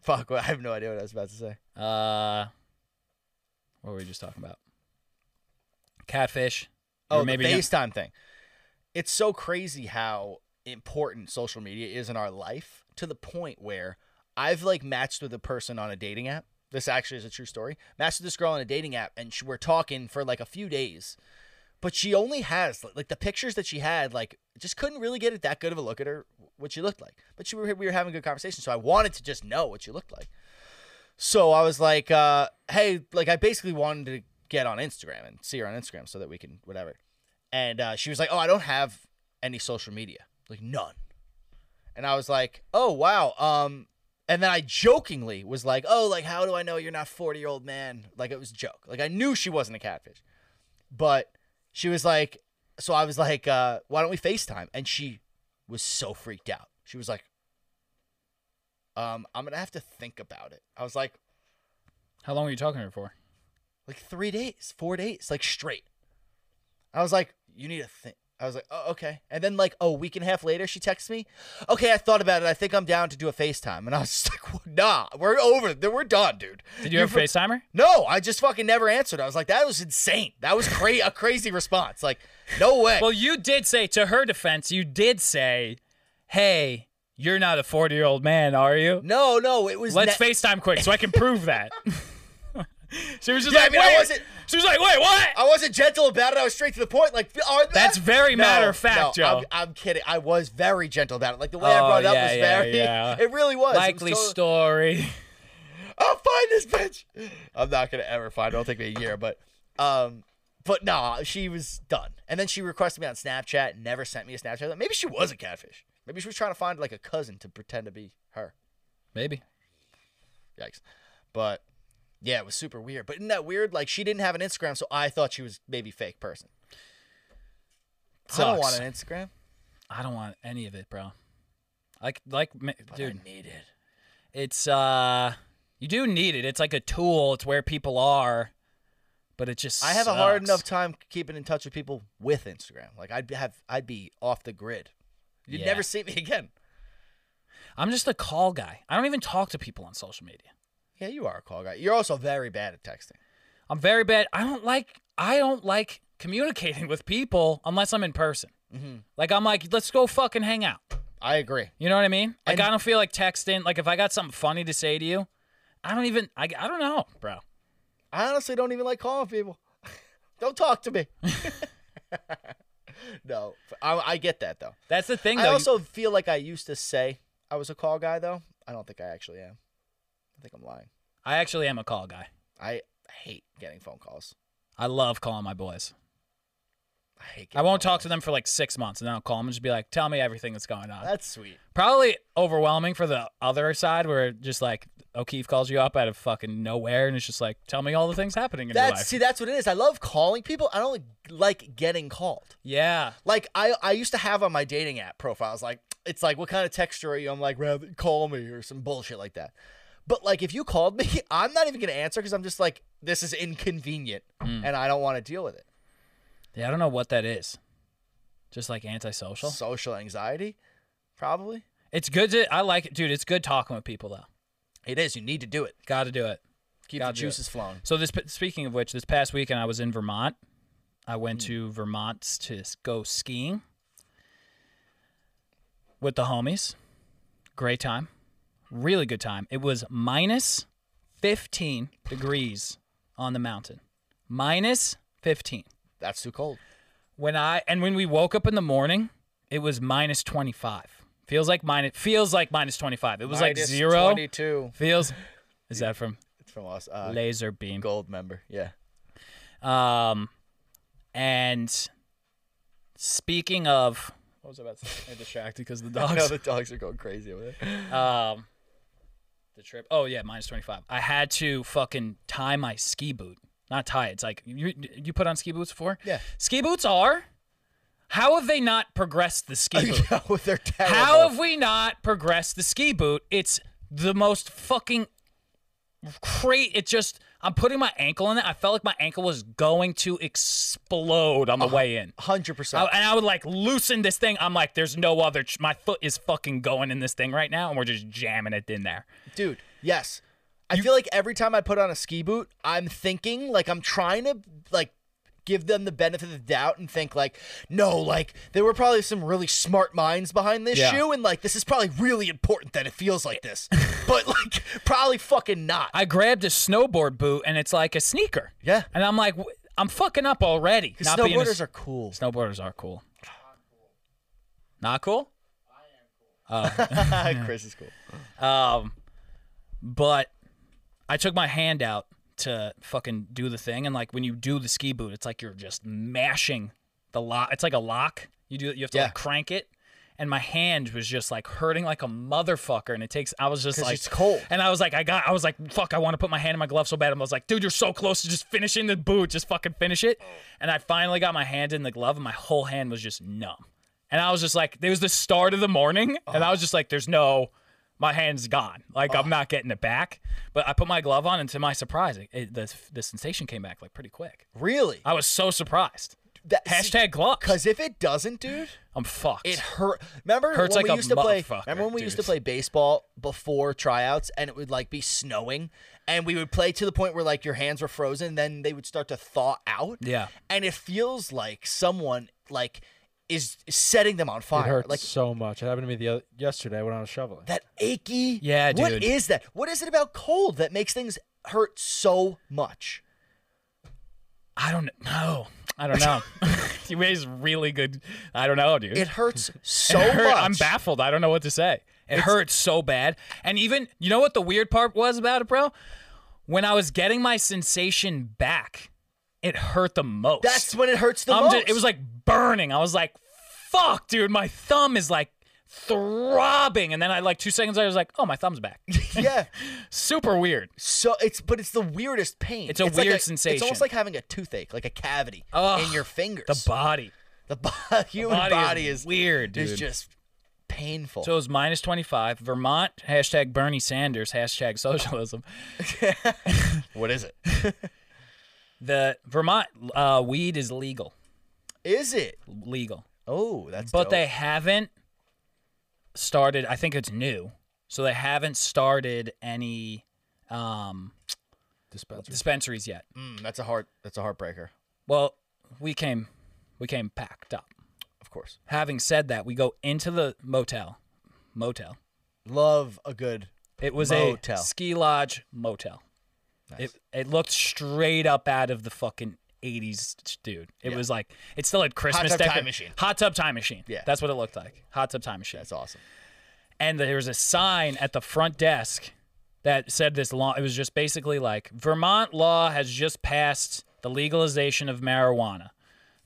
Speaker 1: fuck, I have no idea what I was about to say.
Speaker 3: Uh, what were we just talking about? Catfish.
Speaker 1: Oh,
Speaker 3: Or maybe
Speaker 1: the
Speaker 3: not-
Speaker 1: FaceTime thing. It's so crazy how important social media is in our life to the point where I've like matched with a person on a dating app. This actually is a true story. Matched with this girl on a dating app, and she, we're talking for like a few days, but she only has like the pictures that she had. Like, just couldn't really get it that good of a look at her what she looked like. But she we were, we were having a good conversation, so I wanted to just know what she looked like. So I was like, uh, hey, like I basically wanted to get on Instagram and see her on Instagram so that we can whatever. And uh, she was like, oh, I don't have any social media, like none. And I was like, oh wow. Um, and then I jokingly was like, oh, like how do I know you're not forty year old man? Like it was a joke. Like I knew she wasn't a catfish, but she was like, so I was like, uh, why don't we Facetime? And she was so freaked out. She was like, um, I'm gonna have to think about it. I was like,
Speaker 3: How long were you talking to her for?
Speaker 1: like three days, four days, like straight. I was like, you need to think. I was like, oh, okay. And then like a week and a half later, she texts me, okay, I thought about it. I think I'm down to do a FaceTime. And I was just like, well, nah, we're over. th- We're done, dude.
Speaker 3: Did you, ever
Speaker 1: fr-
Speaker 3: FaceTime her?
Speaker 1: No, I just fucking never answered. I was like, that was insane. That was cra- a crazy response. Like, no way.
Speaker 3: Well, you did say to her defense, you did say, "Hey, you're not a 40 year old man, are you?"
Speaker 1: no, no, it was.
Speaker 3: Let's
Speaker 1: ne-
Speaker 3: FaceTime quick so I can prove that. she was just
Speaker 1: Yeah, I
Speaker 3: like,
Speaker 1: mean, I
Speaker 3: wait.
Speaker 1: wasn't- Oh,
Speaker 3: she was like, wait, what?
Speaker 1: I wasn't gentle about it. I was straight to the point. Like, are
Speaker 3: That's very matter of fact, Joe.
Speaker 1: I'm, I'm kidding. I was very gentle about it. Like the way I
Speaker 3: Oh,
Speaker 1: brought it up
Speaker 3: yeah,
Speaker 1: was
Speaker 3: yeah,
Speaker 1: very.
Speaker 3: yeah.
Speaker 1: It really was. It was
Speaker 3: Likely
Speaker 1: totally-
Speaker 3: story.
Speaker 1: I'll find this bitch. I'm not gonna ever find her. It'll take me a year, but um but nah, she was done. And then she requested me on Snapchat, never sent me a Snapchat. I thought Maybe she was a catfish. Maybe she was trying to find like a cousin to pretend to be her.
Speaker 3: Maybe.
Speaker 1: Yikes. But yeah, it was super weird. But isn't that weird? Like she didn't have an Instagram, so I thought she was maybe fake person. I don't
Speaker 3: Sucks.
Speaker 1: want an Instagram.
Speaker 3: I don't want any of it, bro. Like, like, ma-
Speaker 1: But
Speaker 3: dude,
Speaker 1: I need it.
Speaker 3: it's uh, you do need it. It's like a tool. It's where people are, but it just.
Speaker 1: I have a hard
Speaker 3: sucks.
Speaker 1: enough time keeping in touch with people with Instagram. Like I'd have I'd be off the grid. You'd
Speaker 3: Yeah.
Speaker 1: never see me again.
Speaker 3: I'm just a call guy. I don't even talk to people on social media.
Speaker 1: Yeah, you are a call guy. You're also very bad at texting.
Speaker 3: I'm very bad. I don't like. I don't like communicating with people unless I'm in person.
Speaker 1: Mm-hmm.
Speaker 3: Like I'm like, let's go fucking hang out.
Speaker 1: I agree.
Speaker 3: You know what I mean? Like
Speaker 1: And-
Speaker 3: I don't feel like texting. Like if I got something funny to say to you, I don't even. I, I don't know, bro.
Speaker 1: I honestly don't even like calling people. don't talk to me. no, I, I get that though.
Speaker 3: That's the thing, though.
Speaker 1: I
Speaker 3: You-
Speaker 1: also feel like I used to say I was a call guy though. I don't think I actually am. I think I'm lying.
Speaker 3: I actually am a call guy.
Speaker 1: I hate getting phone calls.
Speaker 3: I love calling my boys.
Speaker 1: I hate.
Speaker 3: I
Speaker 1: Getting
Speaker 3: won't
Speaker 1: phone
Speaker 3: talk to them for like six months, and then I'll call them and just be like, "Tell me everything that's going on."
Speaker 1: calls. That's sweet.
Speaker 3: Probably overwhelming for the other side, where just like O'Keefe calls you up out of fucking nowhere, and it's just like, "Tell me all the things happening in your
Speaker 1: That's
Speaker 3: life."
Speaker 1: see. That's what it is. I love calling people. I don't like getting called.
Speaker 3: yeah,
Speaker 1: Like I, I used to have on my dating app profiles. Like it's like, what kind of texture are you? I'm like, rather call me or some bullshit like that. But like, if you called me, I'm not even gonna answer because I'm just like, this is inconvenient
Speaker 3: Mm.
Speaker 1: and I don't want to deal with it.
Speaker 3: yeah. I don't know what that is. Just like antisocial.
Speaker 1: Social anxiety, probably.
Speaker 3: It's good to. I like it, dude. It's good talking with people though.
Speaker 1: It is. You need to do it.
Speaker 3: Got to do it.
Speaker 1: Keep
Speaker 3: Gotta
Speaker 1: the
Speaker 3: do it.
Speaker 1: juices flowing.
Speaker 3: So this speaking of which, this past weekend I was in Vermont. I went
Speaker 1: Hmm.
Speaker 3: to Vermont to s- go skiing with the homies. Great time. Really good time. It was minus 15 degrees on the mountain. Minus 15.
Speaker 1: That's too cold.
Speaker 3: When I and when we woke up in the morning, it was minus 25. Feels like minus feels like minus 25. It was like
Speaker 1: Minus
Speaker 3: zero.
Speaker 1: 22.
Speaker 3: Feels Is that from
Speaker 1: It's from us. Uh,
Speaker 3: Laser Beam?
Speaker 1: gold member. Yeah.
Speaker 3: Um, and speaking of, what was I about to say? I distracted because the
Speaker 1: I know
Speaker 3: dogs.
Speaker 1: the dogs are going crazy over there.
Speaker 3: um, the trip. Oh yeah, minus twenty five. I had to fucking tie my ski boot. Not tie. It's like you you put on ski boots before.
Speaker 1: Yeah.
Speaker 3: Ski boots are. How have they not progressed the ski boot?
Speaker 1: no, they're terrible.
Speaker 3: How have we not progressed the ski boot? It's the most fucking great. It just, I'm putting my ankle in it. I felt like my ankle was going to explode on the way in.
Speaker 1: Hundred percent.
Speaker 3: I- and I would like loosen this thing. I'm like, there's no other. Ch- my foot is fucking going in this thing right now, and we're just jamming it in there.
Speaker 1: Dude, yes. I feel like every time I put on a ski boot, I'm thinking like I'm trying to like give them the benefit of the doubt and think like no, like there were probably some really smart minds behind this
Speaker 3: Yeah.
Speaker 1: shoe and like this is probably really important that it feels like this. but like probably fucking not.
Speaker 3: I grabbed a snowboard boot, and it's like a sneaker.
Speaker 1: Yeah.
Speaker 3: And I'm like, w- I'm fucking up already.
Speaker 1: Because
Speaker 3: being a
Speaker 1: snowboarders
Speaker 3: s-
Speaker 1: are cool.
Speaker 3: snowboarders are cool. Not cool.
Speaker 1: Chris is cool.
Speaker 3: Um, but I took my hand out to fucking do the thing, and like when you do the ski boot, it's like you're just mashing the lock. It's like a lock. You do. You have to
Speaker 1: Yeah.
Speaker 3: like crank it. And my hand was just like hurting like a motherfucker, and it takes. I was just
Speaker 1: 'Cause
Speaker 3: like,
Speaker 1: it's cold.
Speaker 3: And I was like, I got. I was like, fuck. I want to put my hand in my glove so bad. I was like, dude, you're so close to just finishing the boot. Just fucking finish it.
Speaker 1: Oh.
Speaker 3: And I finally got my hand in the glove, and my whole hand was just numb. And I was just like, it was the start of the morning, and I was just like, there's no, my hand's gone. Like I'm not getting it back. But I put my glove on, and to my surprise, it, it, the the sensation came back like pretty quick.
Speaker 1: Really?
Speaker 3: I was so surprised.
Speaker 1: That-
Speaker 3: Hashtag gloves.
Speaker 1: Because if it doesn't, dude,
Speaker 3: I'm fucked.
Speaker 1: it hurt. Remember
Speaker 3: Hurts
Speaker 1: when
Speaker 3: like
Speaker 1: we
Speaker 3: a
Speaker 1: used to play?
Speaker 3: motherfucker,
Speaker 1: Remember when we used to
Speaker 3: dude.
Speaker 1: play baseball before tryouts, and it would like be snowing, and we would play to the point where like your hands were frozen, then they would start to thaw out.
Speaker 3: Yeah.
Speaker 1: and it feels like someone like is setting them on fire.
Speaker 4: It hurts
Speaker 1: Like
Speaker 4: so much. It happened to me the other, yesterday when I was shoveling.
Speaker 1: that achy.
Speaker 3: Yeah,
Speaker 1: What
Speaker 3: dude.
Speaker 1: is that? What is it about cold that makes things hurt so much?
Speaker 3: I don't know. I don't know. you raised really good. I don't know, dude.
Speaker 1: It hurts so
Speaker 3: It hurt-
Speaker 1: much.
Speaker 3: I'm baffled. I don't know what to say. It hurts so bad. And even you know what the weird part was about it, bro? When I was getting my sensation back, it hurt the most.
Speaker 1: That's when it hurts the
Speaker 3: I'm
Speaker 1: most.
Speaker 3: ju- it was like burning. I was like, fuck, dude, my thumb is like throbbing. And then I like two seconds later I was like, oh my thumb's back.
Speaker 1: yeah.
Speaker 3: Super weird.
Speaker 1: so it's but it's the weirdest pain.
Speaker 3: It's a
Speaker 1: like
Speaker 3: weird
Speaker 1: It's
Speaker 3: sensation.
Speaker 1: almost like having a toothache, like a cavity in
Speaker 3: Ugh,
Speaker 1: your fingers.
Speaker 3: The body.
Speaker 1: the bo- human
Speaker 3: Body,
Speaker 1: body,
Speaker 3: is,
Speaker 1: is,
Speaker 3: weird, dude.
Speaker 1: is just painful.
Speaker 3: So it was minus 25. Vermont, hashtag Bernie Sanders, hashtag socialism.
Speaker 1: what is it?
Speaker 3: The Vermont uh, weed is legal.
Speaker 1: Is it?
Speaker 3: Legal.
Speaker 1: Oh, that's
Speaker 3: But
Speaker 1: dope.
Speaker 3: they haven't started, I think it's new. So they haven't started any um,
Speaker 4: Dispenser.
Speaker 3: dispensaries yet.
Speaker 1: Hmm, Mm, that's a heart. That's a heartbreaker.
Speaker 3: Well, we came we came packed up.
Speaker 1: Of course.
Speaker 3: Having said that, we go into the motel. Motel.
Speaker 1: Love a good.
Speaker 3: It was
Speaker 1: Motel.
Speaker 3: a ski lodge motel. It it looked straight up out of the fucking 80s, dude. It was like it still had Christmas
Speaker 1: tub time
Speaker 3: decor-
Speaker 1: machine.
Speaker 3: Hot tub time machine.
Speaker 1: Yeah.
Speaker 3: that's what it looked like. Hot tub time machine.
Speaker 1: That's awesome.
Speaker 3: and there was a sign at the front desk that said this law. It was just basically like Vermont law has just passed the legalization of marijuana.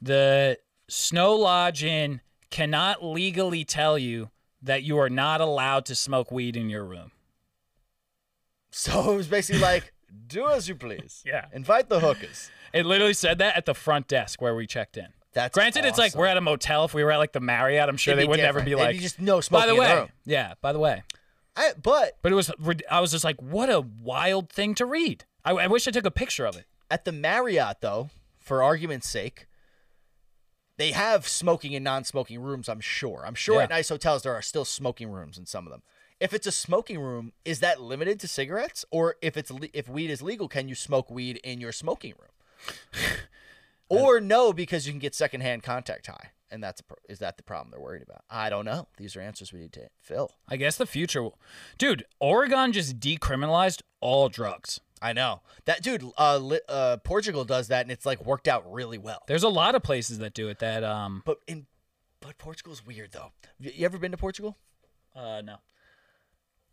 Speaker 3: The Snow Lodge Inn cannot legally tell you that you are not allowed to smoke weed in your room.
Speaker 1: So it was basically like, do as you please.
Speaker 3: Yeah.
Speaker 1: Invite the hookers.
Speaker 3: It literally said that at the front desk where we checked in.
Speaker 1: That's
Speaker 3: Granted, it's like
Speaker 1: awesome.
Speaker 3: we're at a motel. If we were at like the Marriott, I'm sure
Speaker 1: It'd
Speaker 3: they
Speaker 1: be
Speaker 3: would never
Speaker 1: different.
Speaker 3: be
Speaker 1: It'd
Speaker 3: like.
Speaker 1: be just no
Speaker 3: by
Speaker 1: smoking
Speaker 3: the
Speaker 1: in the
Speaker 3: way,
Speaker 1: room.
Speaker 3: yeah. By the way,
Speaker 1: I, but
Speaker 3: but it was. I was just like, what a wild thing to read. I, I wish I took a picture of it.
Speaker 1: At the Marriott, though, for argument's sake, they have smoking and non smoking rooms, I'm sure. I'm sure
Speaker 3: Yeah.
Speaker 1: at nice hotels there are still smoking rooms in some of them. If it's a smoking room, is that limited to cigarettes? Or if it's le- if weed is legal, can you smoke weed in your smoking room? or no, because you can get secondhand contact high, and that's a pro- is that the problem they're worried about? I don't know. These are answers we need to fill.
Speaker 3: I guess the future, will- dude. Oregon just decriminalized all drugs.
Speaker 1: I know that dude. Uh, li- uh, Portugal does that, and it's like worked out really well.
Speaker 3: There's a lot of places that do it. That um,
Speaker 1: But in but Portugal's weird though. Y- You ever been to Portugal?
Speaker 3: uh, no.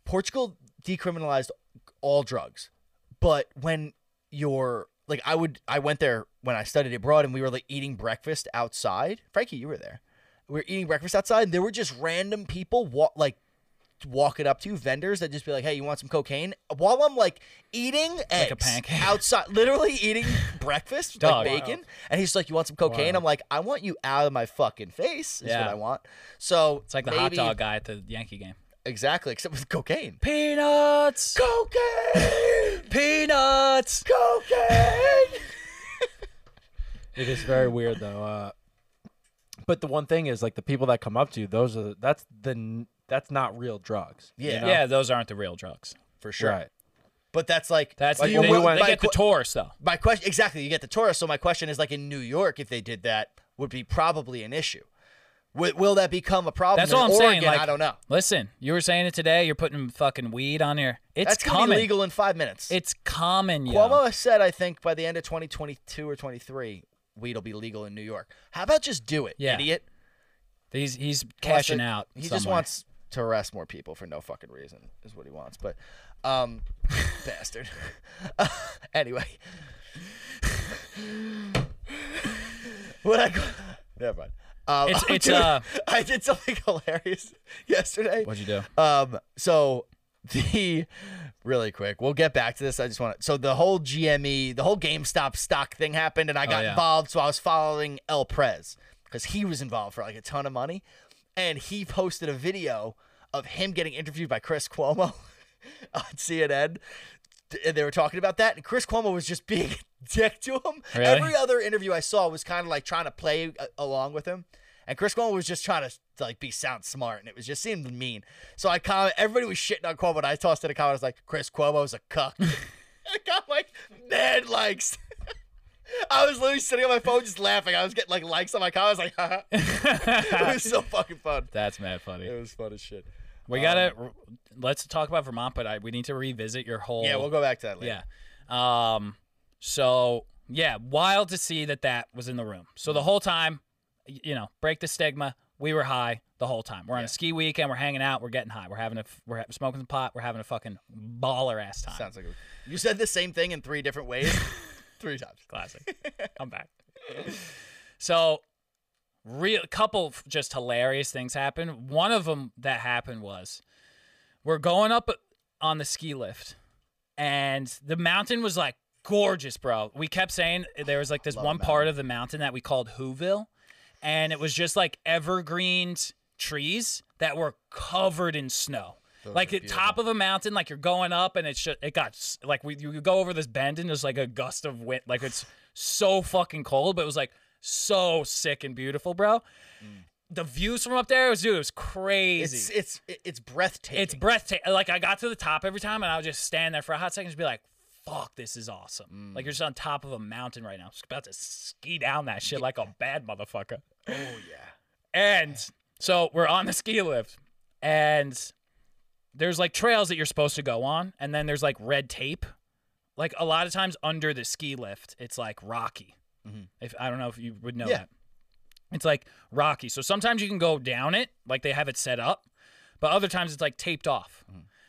Speaker 1: Portugal decriminalized all drugs. But when you're like I would I went there when I studied abroad and we were like eating breakfast outside. Frankie, you were there. We were eating breakfast outside and there were just random people walk like walking up to you, vendors that just be like, "Hey, you want some cocaine?" While I'm like eating eggs
Speaker 3: a pancake.
Speaker 1: outside, literally eating breakfast
Speaker 3: Dog.
Speaker 1: like bacon, and he's like, "You want some cocaine?" I'm like, "I want you out of my fucking face." Is
Speaker 3: Yeah.
Speaker 1: what I want. So
Speaker 3: It's like the hot dog guy at the Yankee game.
Speaker 1: exactly, except with cocaine.
Speaker 3: Peanuts,
Speaker 1: Cocaine.
Speaker 3: peanuts.
Speaker 1: cocaine.
Speaker 4: It is very weird though. Uh, but the one thing is like the people that come up to you, those are that's the n- that's not real drugs. you
Speaker 1: Yeah.
Speaker 4: know?
Speaker 3: Yeah, those aren't the real drugs.
Speaker 1: for sure.
Speaker 4: Right.
Speaker 1: But that's like
Speaker 3: That's
Speaker 1: like,
Speaker 3: the,
Speaker 4: when
Speaker 3: they,
Speaker 4: we went-
Speaker 3: they
Speaker 1: my
Speaker 3: get the
Speaker 1: que-
Speaker 3: tourists though.
Speaker 1: my question exactly. You get the tourist. So my question is like in New York, if they did that, would be probably an issue. Will, will that become a problem?
Speaker 3: That's
Speaker 1: in
Speaker 3: all I'm
Speaker 1: Oregon?
Speaker 3: saying. Like,
Speaker 1: I don't know.
Speaker 3: Listen, you were saying it today. You're putting fucking weed on here. It's
Speaker 1: That's gonna
Speaker 3: common.
Speaker 1: be legal in five minutes.
Speaker 3: It's common, yo.
Speaker 1: Cuomo has said, I think by the end of 2022 or 23, weed will be legal in New York. How about just do it,
Speaker 3: Yeah.
Speaker 1: idiot?
Speaker 3: He's he's
Speaker 1: wants
Speaker 3: cashing
Speaker 1: to-
Speaker 3: out.
Speaker 1: He just
Speaker 3: somewhere.
Speaker 1: wants to arrest more people for no fucking reason, is what he wants. But, um, bastard. anyway, what I go- never mind. Um,
Speaker 3: It's- it's,
Speaker 1: dude,
Speaker 3: uh,
Speaker 1: I did something hilarious yesterday.
Speaker 3: What'd you do?
Speaker 1: Um, so the really quick, we'll get back to this. I just want to. So the whole GME, the whole GameStop stock thing happened, and I got
Speaker 3: yeah.
Speaker 1: involved. So I was following El Prez because he was involved for like a ton of money, and he posted a video of him getting interviewed by Chris Cuomo on CNN. And they were talking about that, and Chris Cuomo was just being a dick to him.
Speaker 3: Really?
Speaker 1: Every other interview I saw was kind of like trying to play uh, along with him, and Chris Cuomo was just trying to like be sound smart, and it was just seemed mean. So I comment. Everybody was shitting on Cuomo, and I tossed in a comment. I was like, "Chris Cuomo's a cuck." I got like mad likes. I was literally sitting on my phone just laughing. I was getting like likes on my comments. Like, haha. it was so fucking fun.
Speaker 3: That's mad funny.
Speaker 1: It was fun as shit.
Speaker 3: We gotta
Speaker 1: um,
Speaker 3: let's talk about Vermont, but I, we need to revisit your whole.
Speaker 1: Yeah, we'll go back to that later.
Speaker 3: Yeah. Um. So yeah, wild to see that that was in the room. So the whole time, y- you know, break the stigma. We were high the whole time. We're on a ski weekend. We're hanging out. We're getting high. We're having a. f- We're ha- smoking some pot. We're having a fucking baller ass time.
Speaker 1: Sounds like a- you said the same thing in three different ways, three times.
Speaker 3: Classic. I'm back. So, real couple f- just hilarious things happened. One of them that happened was we're going up on the ski lift, and the mountain was like gorgeous, bro. We kept saying there was like this one part of the mountain that we called Whoville, and it was just like evergreen trees that were covered in snow. like at top of a mountain, like you're going up, and it's just, it got s- like we you go over this bend and there's like a gust of wind, like it's so fucking cold, but it was like so sick and beautiful, bro. The views from up there, it was dude, it was
Speaker 1: It's
Speaker 3: crazy.
Speaker 1: it's it's breathtaking.
Speaker 3: It's breathtaking. Like I got to the top every time, and I would just stand there for a hot second, and just be like, "Fuck, this is awesome!" Like you're just on top of a mountain right now, just about to ski down that shit like a bad motherfucker. Oh yeah. And so we're on the ski lift, and there's like trails that you're supposed to go on, and then there's like red tape. Like a lot of times under the ski lift, it's like rocky. If I don't know if you would know
Speaker 1: Yeah.
Speaker 3: that. It's like rocky. So sometimes you can go down it, like they have it set up, but other times it's like taped off.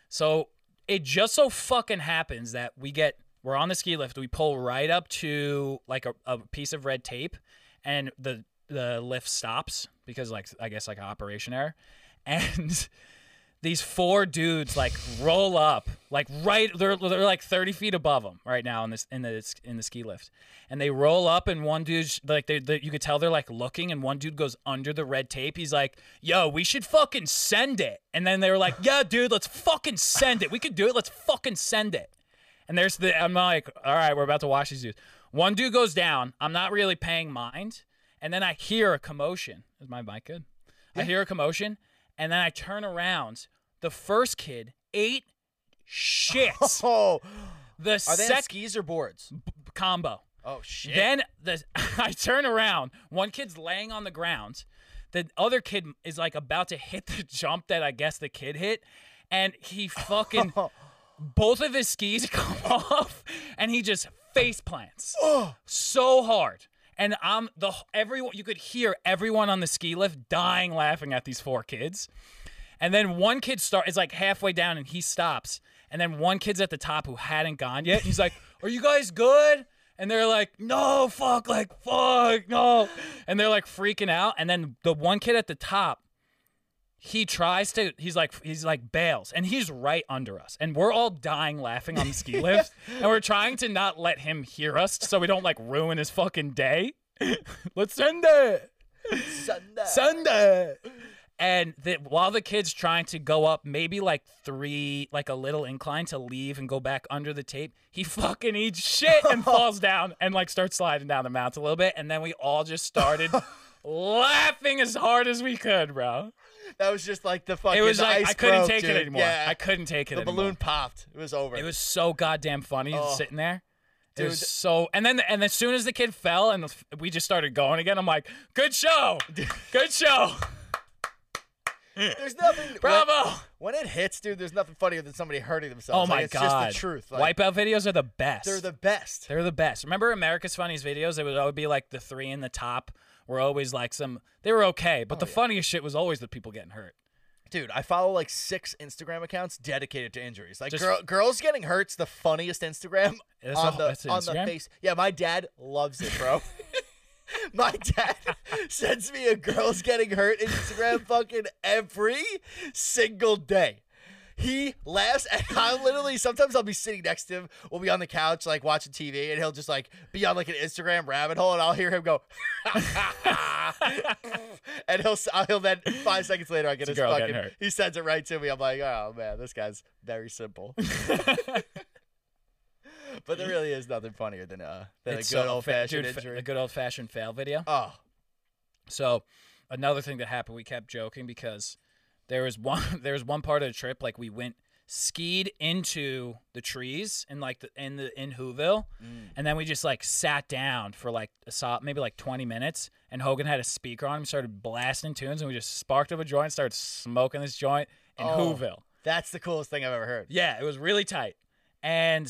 Speaker 3: So it just so fucking happens that we get we're on the ski lift, we pull right up to like a, a piece of red tape, and the the lift stops because like I guess like operation error, and these four dudes like roll up like right they're, they're like 30 feet above them right now in this in the in the ski lift and they roll up and one dude's like they, they you could tell they're like looking and one dude goes under the red tape he's like yo we should fucking send it and then they were like yeah dude let's fucking send it we could do it let's fucking send it and there's the I'm like, all right, we're about to watch these dudes. One dude goes down. I'm not really paying mind, and then I hear a commotion. Is my mic good? I hear a commotion, and then I turn around. The first kid ate shits.
Speaker 1: Oh,
Speaker 3: The
Speaker 1: are they on
Speaker 3: second
Speaker 1: skis or boards?
Speaker 3: combo.
Speaker 1: Oh shit!
Speaker 3: Then the, I turn around. One kid's laying on the ground. The other kid is like about to hit the jump that I guess the kid hit, and he fucking both of his skis come off, and he just face plants so hard. And I'm the everyone you could hear everyone on the ski lift dying laughing at these four kids. And then one kid start is like halfway down and he stops. And then one kid's at the top who hadn't gone yet. He's like, "Are you guys good?" And they're like, "No, fuck, like fuck, no." And they're like freaking out. And then the one kid at the top, he tries to. He's like, he's like bails, and he's right under us, and we're all dying laughing on the ski lift, and we're trying to not let him hear us so we don't like ruin his fucking day. Let's end it.
Speaker 1: Sunday.
Speaker 3: Sunday. And the, while the kid's trying to go up maybe like three, like a little incline to leave and go back under the tape, he fucking eats shit and
Speaker 1: Oh.
Speaker 3: falls down and like starts sliding down the mountain a little bit. And then we all just started laughing as hard as we could, bro.
Speaker 1: that was just like the fucking.
Speaker 3: It was
Speaker 1: the
Speaker 3: like,
Speaker 1: ice
Speaker 3: I couldn't
Speaker 1: broke,
Speaker 3: take
Speaker 1: dude.
Speaker 3: it anymore.
Speaker 1: Yeah,
Speaker 3: I couldn't take it
Speaker 1: the
Speaker 3: anymore.
Speaker 1: balloon popped. It was over.
Speaker 3: It was so goddamn funny
Speaker 1: Oh.
Speaker 3: sitting there. It was
Speaker 1: Dude.
Speaker 3: so, and then and as soon as the kid fell and we just started going again, I'm like, good show, good show,
Speaker 1: There's nothing.
Speaker 3: bravo.
Speaker 1: When, when it hits, dude, there's nothing funnier than somebody hurting
Speaker 3: Oh
Speaker 1: themselves.
Speaker 3: my
Speaker 1: Like, it's
Speaker 3: god!
Speaker 1: just the truth. Like,
Speaker 3: Wipeout videos are the best.
Speaker 1: They're the best.
Speaker 3: They're the best. Remember America's Funniest Videos? It would always be like the three in the top were always like some. They were okay,
Speaker 1: Oh,
Speaker 3: but the funniest shit was always the people getting hurt.
Speaker 1: Dude, I follow like six Instagram accounts dedicated to injuries. Like
Speaker 3: Just-
Speaker 1: girl, girls getting hurt's the funniest Instagram
Speaker 3: That's
Speaker 1: on
Speaker 3: a-
Speaker 1: the
Speaker 3: that's an
Speaker 1: on the
Speaker 3: Instagram?
Speaker 1: face. Yeah, my dad loves it, bro. my dad sends me a girls getting hurt Instagram fucking every single day. He laughs, and I'm literally sometimes I'll be sitting next to him. We'll be on the couch, like watching TV, and he'll just like be on like an Instagram rabbit hole, and I'll hear him go, and he'll s- he'll then five seconds later I get his
Speaker 3: girl
Speaker 1: fucking.
Speaker 3: getting hurt.
Speaker 1: He sends it right to me. I'm like, oh man, this guy's very simple. but there really is nothing funnier than uh than
Speaker 3: It's
Speaker 1: a good
Speaker 3: so
Speaker 1: old
Speaker 3: fa-
Speaker 1: fashioned
Speaker 3: dude, fa-
Speaker 1: injury.
Speaker 3: A good old fashioned fail video.
Speaker 1: oh,
Speaker 3: So another thing that happened, we kept joking because there was one there was one part of the trip like we went skied into the trees in like the in the in Whoville, and then we just like sat down for like a sol- maybe like twenty minutes, and Hogan had a speaker on him, started blasting tunes, and we just sparked up a joint, started smoking this joint in
Speaker 1: Oh.
Speaker 3: Whoville.
Speaker 1: that's the coolest thing I've ever heard.
Speaker 3: Yeah, it was really tight. And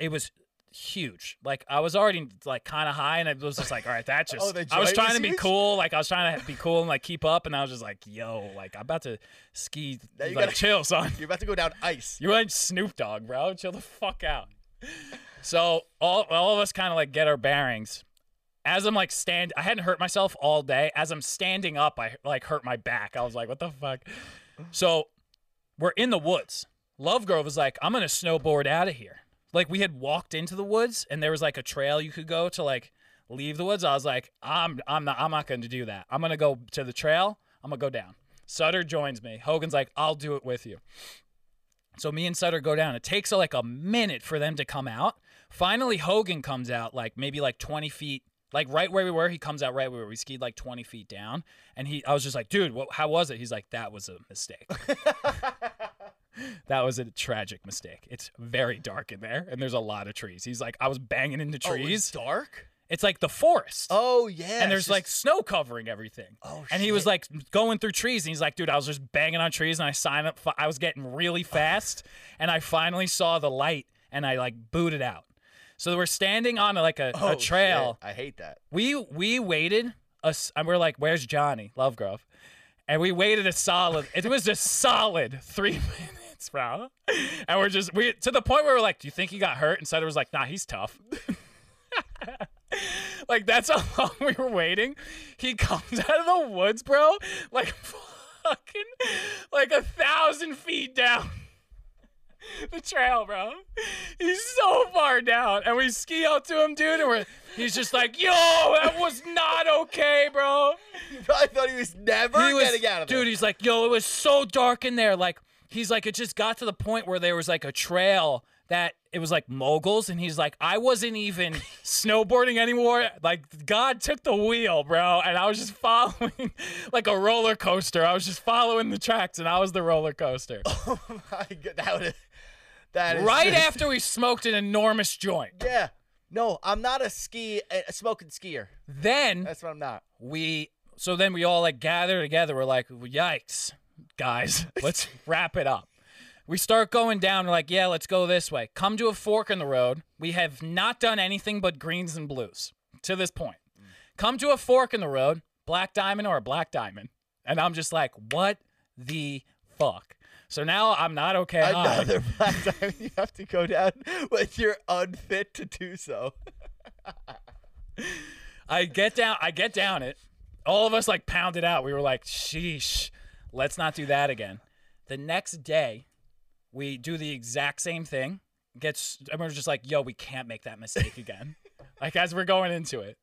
Speaker 3: it was huge. Like I was already like kind of high and I was just like, all right, that's just
Speaker 1: Oh, the
Speaker 3: I was
Speaker 1: joint
Speaker 3: trying
Speaker 1: was
Speaker 3: to be
Speaker 1: huge?
Speaker 3: cool. Like I was trying to be cool and like keep up and I was just like, yo, like I'm about to ski
Speaker 1: Now you
Speaker 3: like
Speaker 1: gotta-
Speaker 3: chill, son.
Speaker 1: You're about to go down ice.
Speaker 3: You're like Snoop Dogg, bro. Chill the fuck out. So all all of us kind of like get our bearings. As I'm like stand, I hadn't hurt myself all day. As I'm standing up, I like hurt my back. I was like, what the fuck? So we're in the woods. Lovegrove was like, I'm gonna snowboard out of here. Like we had walked into the woods and there was like a trail you could go to like leave the woods. I was like, I'm I'm not I'm not gonna do that. I'm gonna go to the trail. I'm gonna go down. Sutter joins me. Hogan's like, I'll do it with you. So me and Sutter go down. It takes uh, like a minute for them to come out. Finally, Hogan comes out like maybe like 20 feet, like right where we were. He comes out right where we skied, like 20 feet down. And he, I was just like, dude, what, how was it? He's like, that was a mistake. that was a tragic mistake. It's very dark in there, and there's a lot of trees. He's like, I was banging into
Speaker 1: Oh, it was
Speaker 3: trees.
Speaker 1: dark.
Speaker 3: it, It's like the forest.
Speaker 1: Oh yeah.
Speaker 3: and there's
Speaker 1: it's
Speaker 3: like
Speaker 1: just-
Speaker 3: snow covering everything.
Speaker 1: Oh,
Speaker 3: And he was
Speaker 1: shit.
Speaker 3: like going through trees, and he's like, "Dude, I was just banging on trees, and I signed up. fi- I was getting
Speaker 1: Oh.
Speaker 3: really fast, and I finally saw the light, and I like booted out. So we're standing on like a,
Speaker 1: oh,
Speaker 3: a trail.
Speaker 1: shit. I hate that.
Speaker 3: We we waited us, and we're like, "Where's Johnny Lovegrove?" And we waited a solid. It was just solid three minutes, bro. And we're just we to the point where we're like, "Do you think he got hurt?" And Sutter was like, "Nah, he's tough." Like that's how long we were waiting. He comes out of the woods, bro, like fucking like a thousand feet down the trail, bro. He's so far down. And we ski out to him, dude, and we're he's just like, yo, that was not okay, bro.
Speaker 1: I thought he was never
Speaker 3: He was-
Speaker 1: getting out of there.
Speaker 3: dude, he's like, yo, it was so dark in there. Like, he's like, it just got to the point where there was like a trail that it was like moguls, and he's like, I wasn't even snowboarding anymore. Like, God took the wheel, bro, and I was just following like a roller coaster. I was just following the tracks, and I was the roller coaster.
Speaker 1: Oh my god, that would. That is
Speaker 3: right
Speaker 1: just-
Speaker 3: after we smoked an enormous joint,
Speaker 1: Yeah. No, I'm not a ski a smoking skier.
Speaker 3: then
Speaker 1: That's what I'm not.
Speaker 3: we so then we all like gather together we're like yikes guys let's wrap it up we start going down we're like yeah let's go this way come to a fork in the road we have not done anything but greens and blues to this point come to a fork in the road black diamond or a black diamond and i'm just like what the fuck so now i'm not okay high.
Speaker 1: Another black diamond. You have to go down when you're unfit to do so.
Speaker 3: I get down. I get down it. All of us like pounded out. We were like, "Sheesh, let's not do that again." The next day, we do the exact same thing. Gets and we're just like, "Yo, we can't make that mistake again." like as we're going into it,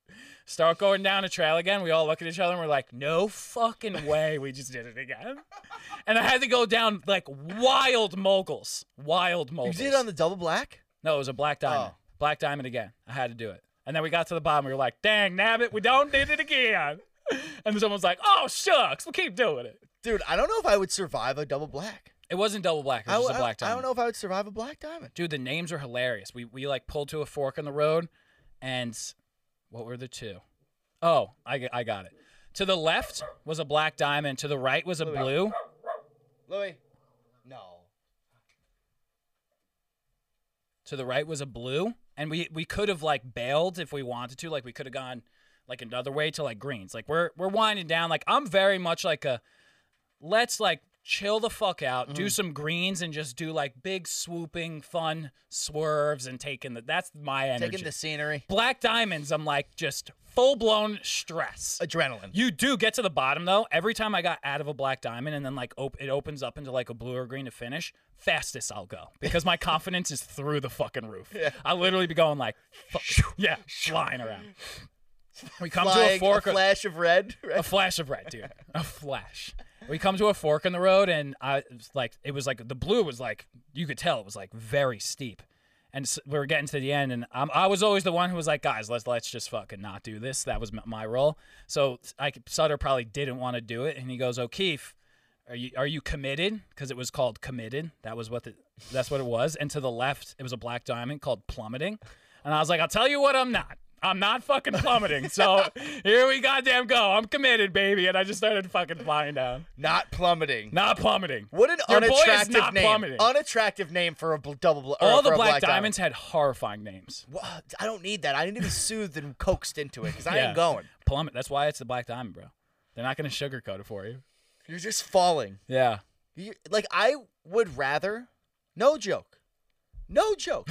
Speaker 3: start going down a trail again. We all look at each other and we're like, "No fucking way, we just did it again." and I had to go down like wild moguls, wild
Speaker 1: You
Speaker 3: moguls.
Speaker 1: did it on the double black?
Speaker 3: No, it was a black diamond.
Speaker 1: Oh.
Speaker 3: Black diamond again. I had to do it. And then we got to the bottom. We were like, dang, nab it. We don't did it again. And someone's like, oh, shucks. We'll keep doing it.
Speaker 1: Dude, I don't know if I would survive a double black.
Speaker 3: It wasn't double black. It was
Speaker 1: I,
Speaker 3: just a
Speaker 1: I-
Speaker 3: black
Speaker 1: I
Speaker 3: diamond.
Speaker 1: don't know if I would survive a black diamond.
Speaker 3: Dude, the names are hilarious. We, we like pulled to a fork in the road. And what were the two? Oh, I, g- I got it. To the left was a black diamond. To the right was a blue.
Speaker 1: Louis. No.
Speaker 3: to the right was a blue and we we could have like bailed if we wanted to like we could have gone like another way to like greens like we're we're winding down like i'm very much like a let's like chill the fuck out do some greens and just do like big swooping fun swerves and taking the that's my energy
Speaker 1: Taking the scenery.
Speaker 3: black diamonds i'm like just full-blown stress
Speaker 1: Adrenaline.
Speaker 3: you do get to the bottom though. Every time I got out of a black diamond and then like op- it opens up into like a blue or green to finish, fastest I'll go because my confidence is through the fucking roof. I'll literally be going like, fu- yeah, flying around. We come to a
Speaker 1: Flying,
Speaker 3: fork,
Speaker 1: flash of red.
Speaker 3: a flash of red, dude, a flash. We come to a fork in the road and I it was like it was like the blue was like you could tell it was like very steep. And s we were getting to the end, and I'm, I was always the one who was like, "Guys, let's let's just fucking not do this." That was m- my role. So I could- Sutter probably didn't want to do it, and he goes, "O'Keefe, are you are you committed?" Because it was called committed. That was what the that's what it was. And to the left, it was a black diamond called plummeting. And I was like, "I'll tell you what, I'm not. I'm not fucking plummeting." So here we goddamn go. I'm committed, baby. And I just started fucking flying down,
Speaker 1: Not plummeting.
Speaker 3: not plummeting.
Speaker 1: What an
Speaker 3: Your boy
Speaker 1: unattractive
Speaker 3: is not
Speaker 1: name.
Speaker 3: plummeting.
Speaker 1: Unattractive name for a bl- double bl- or
Speaker 3: All the
Speaker 1: for a
Speaker 3: black,
Speaker 1: black diamond.
Speaker 3: diamonds had horrifying names.
Speaker 1: Wha- I don't need that. I need to be soothed and coaxed into it because I
Speaker 3: Yeah.
Speaker 1: ain't going.
Speaker 3: Plummet. That's why it's the black diamond, bro. They're not gonna sugarcoat it for you.
Speaker 1: You're just falling.
Speaker 3: Yeah.
Speaker 1: You, like I would rather, no joke, no joke.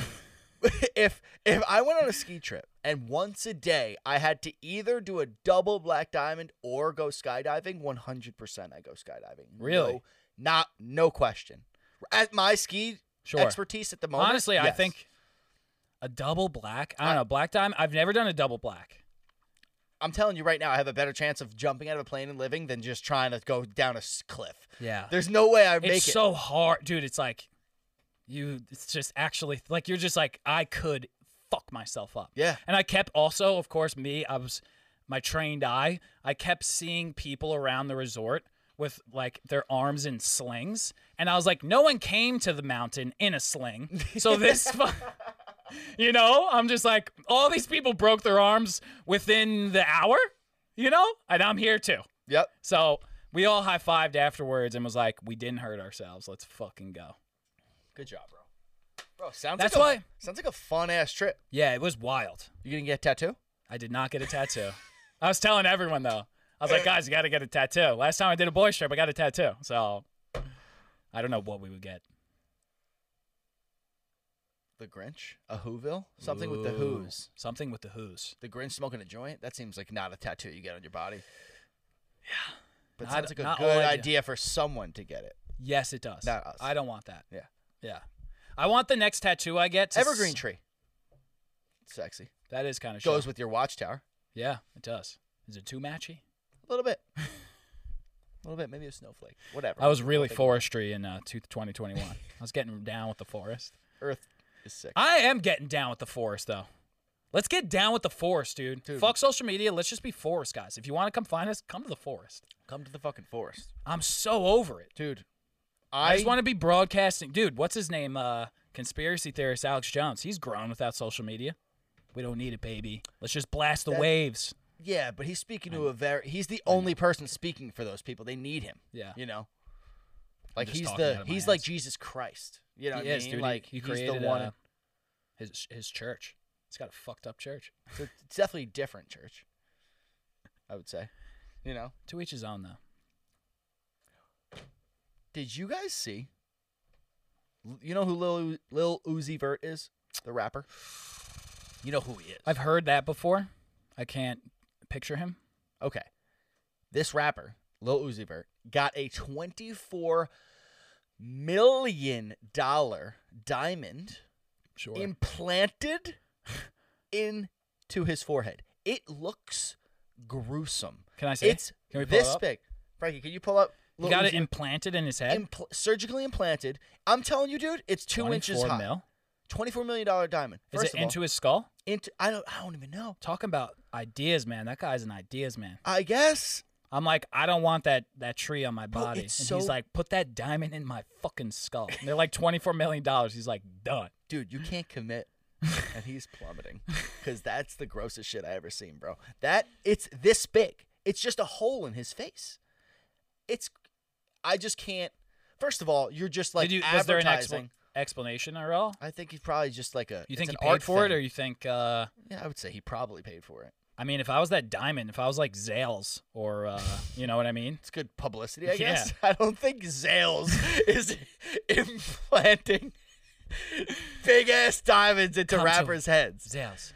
Speaker 1: if if I went on a ski trip and once a day I had to either do a double black diamond or go skydiving, one hundred percent I go skydiving.
Speaker 3: Really?
Speaker 1: No, not no question. At my ski
Speaker 3: Sure.
Speaker 1: expertise at the moment,
Speaker 3: Honestly, I
Speaker 1: yes.
Speaker 3: think a double black. I don't know. Black diamond. I've never done a double black.
Speaker 1: I'm telling you right now, I have a better chance of jumping out of a plane and living than just trying to go down a s- cliff.
Speaker 3: Yeah.
Speaker 1: There's no way I make
Speaker 3: It's
Speaker 1: it.
Speaker 3: so hard, dude. It's like you. It's just actually like you're just like I could fuck myself up.
Speaker 1: Yeah.
Speaker 3: And I kept also, of course, me. I was my trained eye. I kept seeing people around the resort with like their arms in slings, and I was like, no one came to the mountain in a sling. So this. fu- You know, I'm just like, all these people broke their arms within the hour, you know, and I'm here too.
Speaker 1: Yep.
Speaker 3: So we all high fived afterwards and was like, we didn't hurt ourselves. Let's fucking go.
Speaker 1: Good job, bro. Bro, sounds
Speaker 3: That's
Speaker 1: like a,
Speaker 3: why-
Speaker 1: sounds like a fun ass trip.
Speaker 3: Yeah, it was wild.
Speaker 1: You gonna get a tattoo?
Speaker 3: I did not get a tattoo. I was telling everyone though. I was like, guys, you got to get a tattoo. Last time I did a boy trip, I got a tattoo. So I don't know what we would get.
Speaker 1: The Grinch, a Whoville, something with the Who's.
Speaker 3: Something with the who's.
Speaker 1: The Grinch smoking a joint. That seems like not a tattoo you get on your body. Yeah. But
Speaker 3: Not-
Speaker 1: sounds like a
Speaker 3: not
Speaker 1: good
Speaker 3: all
Speaker 1: idea.
Speaker 3: idea.
Speaker 1: for someone to get it.
Speaker 3: Yes, it does.
Speaker 1: Not us.
Speaker 3: I don't want that.
Speaker 1: Yeah.
Speaker 3: Yeah. I want the next tattoo I get. To
Speaker 1: Evergreen
Speaker 3: s-
Speaker 1: tree. Sexy.
Speaker 3: that is kind of
Speaker 1: Goes with your watchtower.
Speaker 3: Yeah, it does. Is it too matchy?
Speaker 1: A little bit. A little bit. Maybe a snowflake. Whatever.
Speaker 3: I was really
Speaker 1: Nothing.
Speaker 3: forestry in uh, two- 2021. I was getting down with the forest.
Speaker 1: Earth is sick.
Speaker 3: I am getting down with the forest, though. Let's get down with the forest, dude.
Speaker 1: Dude.
Speaker 3: Fuck social media. Let's just be forest guys. If you want to come find us, come to the forest.
Speaker 1: Come to the fucking forest,
Speaker 3: I'm so over it.
Speaker 1: dude.
Speaker 3: I,
Speaker 1: I,
Speaker 3: just want to be broadcasting. Dude, what's his name? Uh, conspiracy theorist Alex Jones. He's grown without social media. We don't need it, baby. Let's just blast the
Speaker 1: That-
Speaker 3: waves.
Speaker 1: Yeah, but he's speaking to a very. He's the only person speaking for those people. They need him.
Speaker 3: Yeah.
Speaker 1: you know, like
Speaker 3: just
Speaker 1: he's
Speaker 3: talking out
Speaker 1: the
Speaker 3: of my
Speaker 1: he's like
Speaker 3: ass.
Speaker 1: Jesus Christ. You know, what
Speaker 3: he
Speaker 1: I
Speaker 3: is,
Speaker 1: mean?
Speaker 3: dude. He-
Speaker 1: Like
Speaker 3: he,
Speaker 1: he's the
Speaker 3: created
Speaker 1: one.
Speaker 3: uh, his his church. It's got a fucked up church.
Speaker 1: so it's definitely different church. I would say. You know,
Speaker 3: To each his own, though.
Speaker 1: did you guys see? You know who Lil U- Lil Uzi Vert is, the rapper. You know who he is.
Speaker 3: I've heard that before. I can't picture him.
Speaker 1: Okay. This rapper, Lil Uzi Vert, got a $24 million diamond
Speaker 3: Sure.
Speaker 1: implanted into his forehead. It looks gruesome.
Speaker 3: Can I see?
Speaker 1: It's
Speaker 3: Can we pull it
Speaker 1: this
Speaker 3: up?
Speaker 1: big. Frankie, can you pull up?
Speaker 3: He
Speaker 1: Lil
Speaker 3: got
Speaker 1: Uzi
Speaker 3: it implanted in his head.
Speaker 1: impl- surgically implanted. I'm telling you, dude, it's two inches
Speaker 3: 24
Speaker 1: high.
Speaker 3: mil?
Speaker 1: $24 million diamond.
Speaker 3: Is
Speaker 1: First
Speaker 3: it
Speaker 1: of all,
Speaker 3: into his skull?
Speaker 1: into, I don't I don't even know.
Speaker 3: Talking about ideas, man. That guy's an ideas man.
Speaker 1: I guess
Speaker 3: I'm like, I don't want that that tree on my
Speaker 1: Bro,
Speaker 3: body.
Speaker 1: it's
Speaker 3: and
Speaker 1: so-
Speaker 3: he's like, put that diamond in my fucking skull. And they're like twenty four million dollars. He's like, done.
Speaker 1: dude, you can't commit. and he's plummeting because that's the grossest shit I ever seen, bro. That it's this big. It's just a hole in his face. It's, I just can't. First of all, you're just like
Speaker 3: Did you,
Speaker 1: advertising.
Speaker 3: was there an expla- explanation at all?
Speaker 1: I think he's probably just like a.
Speaker 3: You
Speaker 1: it's
Speaker 3: think
Speaker 1: an
Speaker 3: he
Speaker 1: art
Speaker 3: paid for it,
Speaker 1: thing.
Speaker 3: or you think? uh
Speaker 1: Yeah, I would say he probably paid for it.
Speaker 3: I mean, if I was that diamond, if I was like Zales, or uh you know what I mean?
Speaker 1: It's good publicity, I
Speaker 3: Yeah.
Speaker 1: guess. I don't think Zales is implanting big ass diamonds into
Speaker 3: Come to-
Speaker 1: rappers' heads.
Speaker 3: Zales,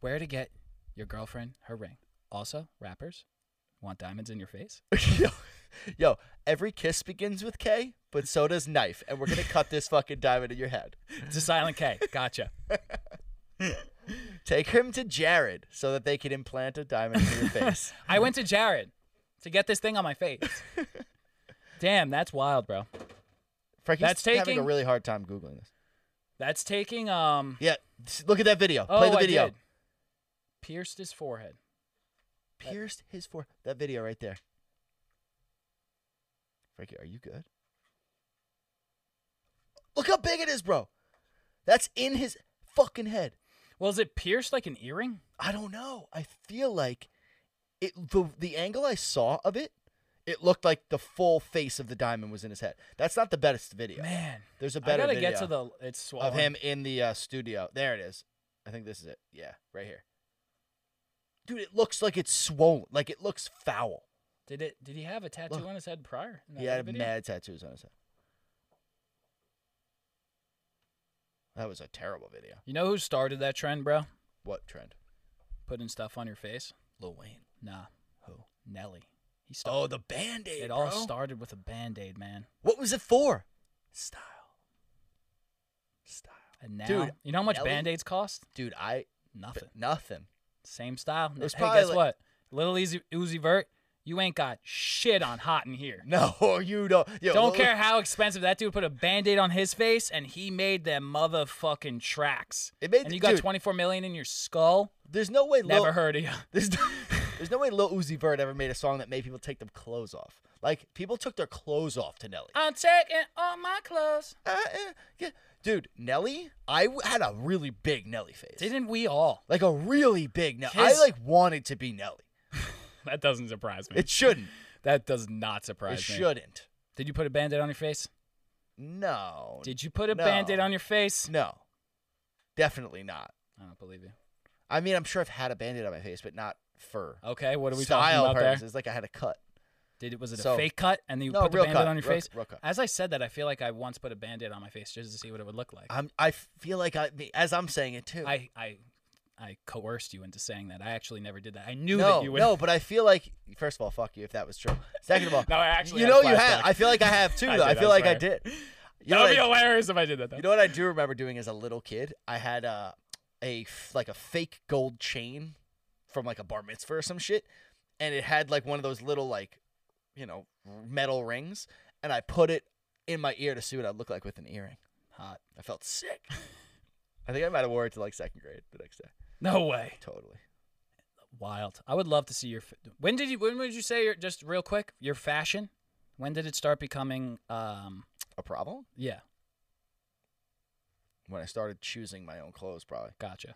Speaker 3: where to get your girlfriend her ring? Also, rappers want diamonds in your face.
Speaker 1: yo, yo, every kiss begins with K, but so does knife, and we're gonna cut this fucking diamond in your head.
Speaker 3: It's a silent K. Gotcha.
Speaker 1: Take him to Jared so that they can implant a diamond in your face.
Speaker 3: I went to Jared to get this thing on my face. Damn, that's wild, bro.
Speaker 1: Frankie's
Speaker 3: That's
Speaker 1: having a
Speaker 3: taking-
Speaker 1: really hard time googling this.
Speaker 3: That's taking um.
Speaker 1: Yeah, s- look at that video.
Speaker 3: Oh,
Speaker 1: Play the
Speaker 3: I
Speaker 1: video.
Speaker 3: did. Pierced his forehead.
Speaker 1: Pierced his forehead. That video right there. Frankie, are you good? Look how big it is, bro. That's in his fucking head.
Speaker 3: Well, is it pierced like an earring?
Speaker 1: I don't know. I feel like it the the angle I saw of it, it looked like the full face of the diamond was in his head. That's not the best video.
Speaker 3: Man,
Speaker 1: There's a
Speaker 3: I
Speaker 1: better
Speaker 3: gotta
Speaker 1: video
Speaker 3: get to the. It's swollen.
Speaker 1: of him in the uh, studio. There it is. I think this is it. Yeah, right here. Dude, it looks like it's swollen. Like it looks foul.
Speaker 3: Did it? Did he have a tattoo
Speaker 1: Look.
Speaker 3: on his head prior? in that
Speaker 1: He
Speaker 3: other
Speaker 1: had
Speaker 3: video?
Speaker 1: mad tattoos on his head. That was a terrible video.
Speaker 3: You know who started that trend, bro?
Speaker 1: What trend?
Speaker 3: Putting stuff on your face.
Speaker 1: Lil Wayne.
Speaker 3: Nah. Who? Nelly. He started.
Speaker 1: Oh, the band aid.
Speaker 3: it all
Speaker 1: bro.
Speaker 3: started with a band aid, man.
Speaker 1: What was it for? Style. Style.
Speaker 3: And now,
Speaker 1: Dude,
Speaker 3: you know how much
Speaker 1: Nelly-
Speaker 3: band aids cost?
Speaker 1: Dude, I
Speaker 3: Nothing.
Speaker 1: nothing.
Speaker 3: Same style.
Speaker 1: was
Speaker 3: hey,
Speaker 1: probably
Speaker 3: guess
Speaker 1: like-
Speaker 3: what? Little Uzi, Uzi Vert, you ain't got shit on hot in here.
Speaker 1: No, you don't. Yo,
Speaker 3: Don't
Speaker 1: Lil-
Speaker 3: care how expensive that dude put a band-aid on his face and he made them motherfucking tracks.
Speaker 1: It made-
Speaker 3: and you got
Speaker 1: dude.
Speaker 3: 24 million in your skull.
Speaker 1: The's no way. Lil,
Speaker 3: Never heard of you.
Speaker 1: There's no, There's no way Lil Uzi Vert ever made a song that made people take their clothes off. Like people took their clothes off to Nelly.
Speaker 3: I'm taking all my clothes.
Speaker 1: Uh, eh, yeah. Dude, Nelly, I w- had a really big Nelly face.
Speaker 3: Didn't we all?
Speaker 1: Like a really big Nelly. I
Speaker 3: His-
Speaker 1: like wanted to be Nelly.
Speaker 3: That doesn't surprise me.
Speaker 1: It shouldn't.
Speaker 3: that does not surprise
Speaker 1: It
Speaker 3: me.
Speaker 1: shouldn't.
Speaker 3: Did you put a band-aid on your face?
Speaker 1: No.
Speaker 3: Did you put a
Speaker 1: Oh, No.
Speaker 3: band-aid on your face?
Speaker 1: No. Definitely not.
Speaker 3: I don't believe you.
Speaker 1: I mean, I'm sure I've had a bandit on my face, but not for
Speaker 3: Okay, Uh, what are we
Speaker 1: style
Speaker 3: talking about there?
Speaker 1: purposes. Like I had a cut.
Speaker 3: Did it was it a
Speaker 1: So-
Speaker 3: fake cut and then you
Speaker 1: No,
Speaker 3: put the
Speaker 1: real
Speaker 3: band-aid
Speaker 1: cut,
Speaker 3: on your
Speaker 1: real-
Speaker 3: face?
Speaker 1: real cut.
Speaker 3: As I said that, I feel like I once put a band-aid on my face just to see what it would look like.
Speaker 1: I'm, I feel like I, me- as I'm saying it too.
Speaker 3: I I I coerced you into saying that. I actually never did that. I knew
Speaker 1: no,
Speaker 3: that you would.
Speaker 1: no, but I feel like first of all, fuck you if that was true. Second of all,
Speaker 3: No, I actually
Speaker 1: you
Speaker 3: had a
Speaker 1: know you have.
Speaker 3: flashback.
Speaker 1: I feel like I have too.
Speaker 3: I
Speaker 1: Though I,
Speaker 3: did, I
Speaker 1: feel like I
Speaker 3: swear.
Speaker 1: did. You
Speaker 3: that
Speaker 1: know, what
Speaker 3: would be
Speaker 1: I-
Speaker 3: hilarious if I did that. Though.
Speaker 1: you know what I do remember doing as a little kid? I had a a f- like a fake gold chain from like a bar mitzvah or some shit, and it had like one of those little like you know metal rings, and I put it in my ear to see what I'd look like with an earring. Hot. I felt sick. I think I might have wore it to like second grade the next day.
Speaker 3: no way.
Speaker 1: Totally.
Speaker 3: Wild. I would love to see your. Fa- when did you? When would you say your? Just real quick, your fashion. When did it start becoming? Um.
Speaker 1: A problem
Speaker 3: Yeah.
Speaker 1: when I started choosing my own clothes, probably
Speaker 3: Gotcha.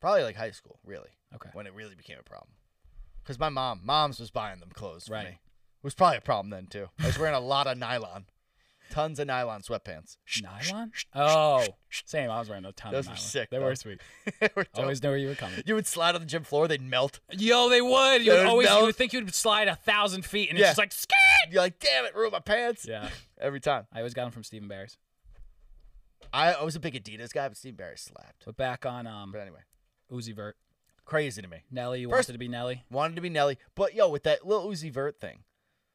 Speaker 1: probably like high school, really.
Speaker 3: Okay.
Speaker 1: when it really became a problem. Because my mom, mom's was buying them clothes for
Speaker 3: Right.
Speaker 1: me. It was probably a problem then too. I was wearing a lot of nylon, tons of nylon sweatpants.
Speaker 3: Nylon. Oh, same. I was wearing a ton
Speaker 1: Those
Speaker 3: of
Speaker 1: were
Speaker 3: nylon.
Speaker 1: sick,
Speaker 3: They
Speaker 1: though.
Speaker 3: were sweet.
Speaker 1: They were dope.
Speaker 3: Always knew where you were coming.
Speaker 1: You would slide on the gym floor, they'd melt.
Speaker 3: Yo, they would. You would
Speaker 1: Dude,
Speaker 3: always.
Speaker 1: no.
Speaker 3: You would think you would slide a thousand feet, and
Speaker 1: Yeah.
Speaker 3: it's just like scared.
Speaker 1: You're like, damn it, ruined my pants.
Speaker 3: Yeah.
Speaker 1: Every time.
Speaker 3: I always got them from Stephen Barry's.
Speaker 1: I, I was a big Adidas guy, but Steve Barry slapped.
Speaker 3: But back on um
Speaker 1: But anyway,
Speaker 3: Uzi Vert,
Speaker 1: crazy to me.
Speaker 3: Nelly. You
Speaker 1: First-
Speaker 3: wanted to be Nelly.
Speaker 1: Wanted to be Nelly, but yo, with that little Uzi Vert thing,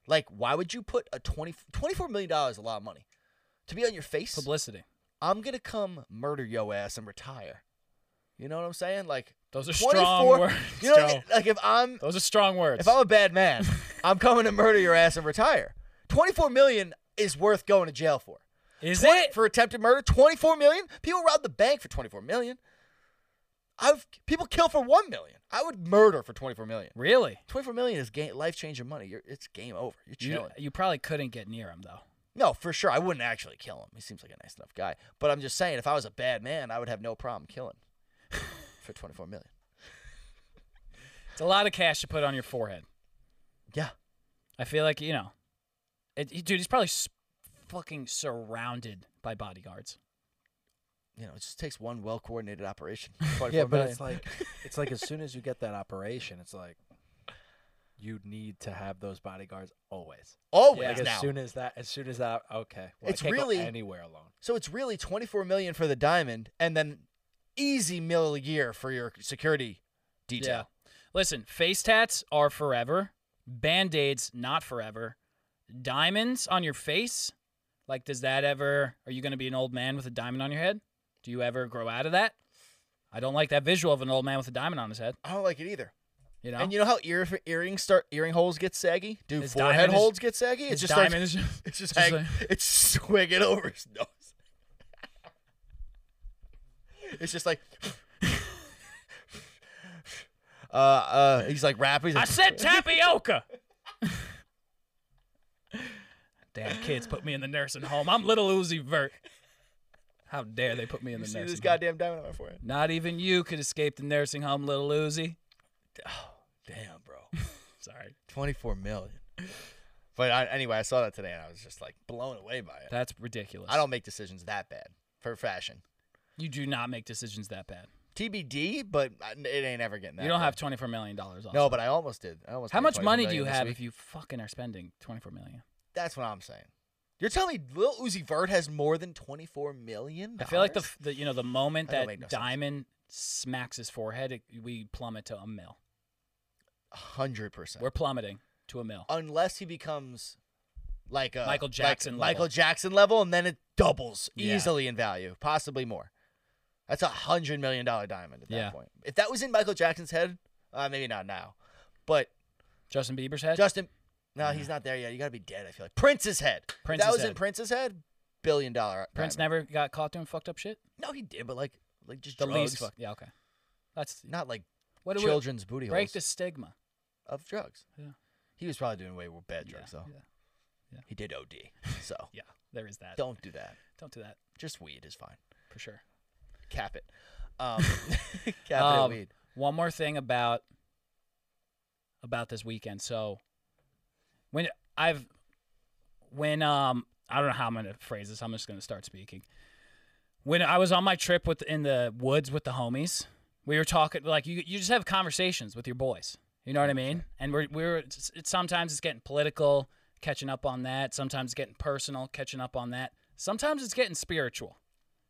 Speaker 1: like, why would you put a 20, $24 million is a lot of money to be on your face?
Speaker 3: Publicity.
Speaker 1: I'm gonna come murder yo ass and retire. You know what I'm saying? Like
Speaker 3: Those are
Speaker 1: 24
Speaker 3: strong words,
Speaker 1: You know what I
Speaker 3: Joe.
Speaker 1: mean? Like if I'm
Speaker 3: Those are strong words.
Speaker 1: if I'm a bad man, I'm coming to murder your ass and retire. 24 million is worth going to jail for.
Speaker 3: Is
Speaker 1: 20
Speaker 3: it?
Speaker 1: for attempted murder? 24 million? People rob the bank for 24 million. I've people kill for 1 million. I would murder for 24 million.
Speaker 3: Really?
Speaker 1: 24 million is game, life-changing money. You're, it's game over. You're
Speaker 3: You,
Speaker 1: chilling.
Speaker 3: you probably couldn't get near him though.
Speaker 1: No, for sure. I wouldn't actually kill him. He seems like a nice enough guy. But I'm just saying, if I was a bad man, I would have no problem killing for 24 million.
Speaker 3: It's a lot of cash to put on your forehead.
Speaker 1: Yeah.
Speaker 3: I feel like you know, it, he- dude. He's probably s- fucking surrounded by bodyguards.
Speaker 1: You know, it just takes one well coordinated operation.
Speaker 4: Yeah,
Speaker 1: 24
Speaker 4: but
Speaker 1: million.
Speaker 4: it's like it's like as soon as you get that operation, it's like you need to have those bodyguards always.
Speaker 1: always
Speaker 4: Like as
Speaker 1: now.
Speaker 4: soon as that, as soon as that, okay. Well,
Speaker 1: It's
Speaker 4: I can't
Speaker 1: really-
Speaker 4: go anywhere alone.
Speaker 1: so it's really 24 million for the diamond and then easy mill a year for your security
Speaker 3: Yeah.
Speaker 1: detail.
Speaker 3: Listen, face tats are forever. Band aids not forever. Diamonds on your face, like does that ever? Are you going to be an old man with a diamond on your head? Do you ever grow out of that? I don't like that visual of an old man with a diamond on his head.
Speaker 1: I don't like it either.
Speaker 3: You know,
Speaker 1: And you know how ear earrings start earring holes get saggy? Do
Speaker 3: His
Speaker 1: forehead
Speaker 3: diamond is-
Speaker 1: holes get saggy? It's
Speaker 3: His
Speaker 1: just starts-
Speaker 3: diamond is just-
Speaker 1: it's just,
Speaker 3: just
Speaker 1: hang-
Speaker 3: like-
Speaker 1: it's swinging over his nose. It's just like uh uh he's like rapping. He's
Speaker 3: I
Speaker 1: like,
Speaker 3: said tapioca. Damn kids put me in the nursing home. I'm little Uzi Vert. How dare they put me in
Speaker 1: you
Speaker 3: the
Speaker 1: see
Speaker 3: nursing
Speaker 1: this
Speaker 3: home?
Speaker 1: goddamn diamond on my forehead.
Speaker 3: Not even you could escape the nursing home, little Uzi.
Speaker 1: Damn, bro.
Speaker 3: Sorry.
Speaker 1: Twenty four million. But I, anyway, I saw that today and I was just like blown away by it.
Speaker 3: That's ridiculous.
Speaker 1: I don't make decisions that bad for fashion.
Speaker 3: You do not make decisions that bad.
Speaker 1: TBD, but I- it ain't ever getting that.
Speaker 3: you don't
Speaker 1: bad.
Speaker 3: have twenty four million dollars.
Speaker 1: No, but I almost did. I almost
Speaker 3: how
Speaker 1: made
Speaker 3: much
Speaker 1: 24
Speaker 3: money do
Speaker 1: million
Speaker 3: you
Speaker 1: this
Speaker 3: have
Speaker 1: week.
Speaker 3: if you fucking are spending twenty four million?
Speaker 1: That's what I'm saying. You're telling me Lil Uzi Vert has more than 24 million?
Speaker 3: I feel like the, f- the you know the moment
Speaker 1: That don't
Speaker 3: that,
Speaker 1: make no sense.
Speaker 3: Diamond smacks his forehead, it, we plummet to a mill.
Speaker 1: hundred percent.
Speaker 3: We're plummeting to a mill.
Speaker 1: Unless he becomes like a
Speaker 3: Michael
Speaker 1: like
Speaker 3: Jackson level.
Speaker 1: Michael Jackson level, and then it doubles
Speaker 3: Yeah.
Speaker 1: easily in value, possibly more. That's a hundred million dollar diamond at that
Speaker 3: Yeah.
Speaker 1: point. If that was in Michael Jackson's head, uh, maybe not now, but
Speaker 3: Justin Bieber's head.
Speaker 1: Justin, no, he's not there yet. You got to be dead. I feel like Prince's head. if
Speaker 3: Prince's
Speaker 1: that was in
Speaker 3: head.
Speaker 1: Prince's head, billion dollar.
Speaker 3: Prince
Speaker 1: diamond.
Speaker 3: never got caught doing fucked up shit.
Speaker 1: No, he did, but like, like just
Speaker 3: The
Speaker 1: drugs.
Speaker 3: least fucked. Yeah, okay. That's
Speaker 1: Not like
Speaker 3: what do
Speaker 1: children's booty
Speaker 3: we break
Speaker 1: holes.
Speaker 3: the stigma.
Speaker 1: of drugs.
Speaker 3: Yeah.
Speaker 1: He was probably doing way more bad
Speaker 3: Yeah,
Speaker 1: drugs though.
Speaker 3: yeah.
Speaker 1: He did OD. So
Speaker 3: Yeah, there is that.
Speaker 1: don't
Speaker 3: Don't
Speaker 1: do that.
Speaker 3: don't do that
Speaker 1: Just weed is fine.
Speaker 3: for sure.
Speaker 1: Cap it. Um, cap
Speaker 3: Um,
Speaker 1: it at weed.
Speaker 3: One more thing about about this weekend. So when I've when um I don't know how I'm gonna phrase this. I'm just gonna start speaking. When I was on my trip with in the woods with the homies, we were talking like you you just have conversations with your boys. You know what I mean? And we're we're it's, it's, sometimes it's getting political, catching up on that. Sometimes it's getting personal, catching up on that. Sometimes it's getting spiritual,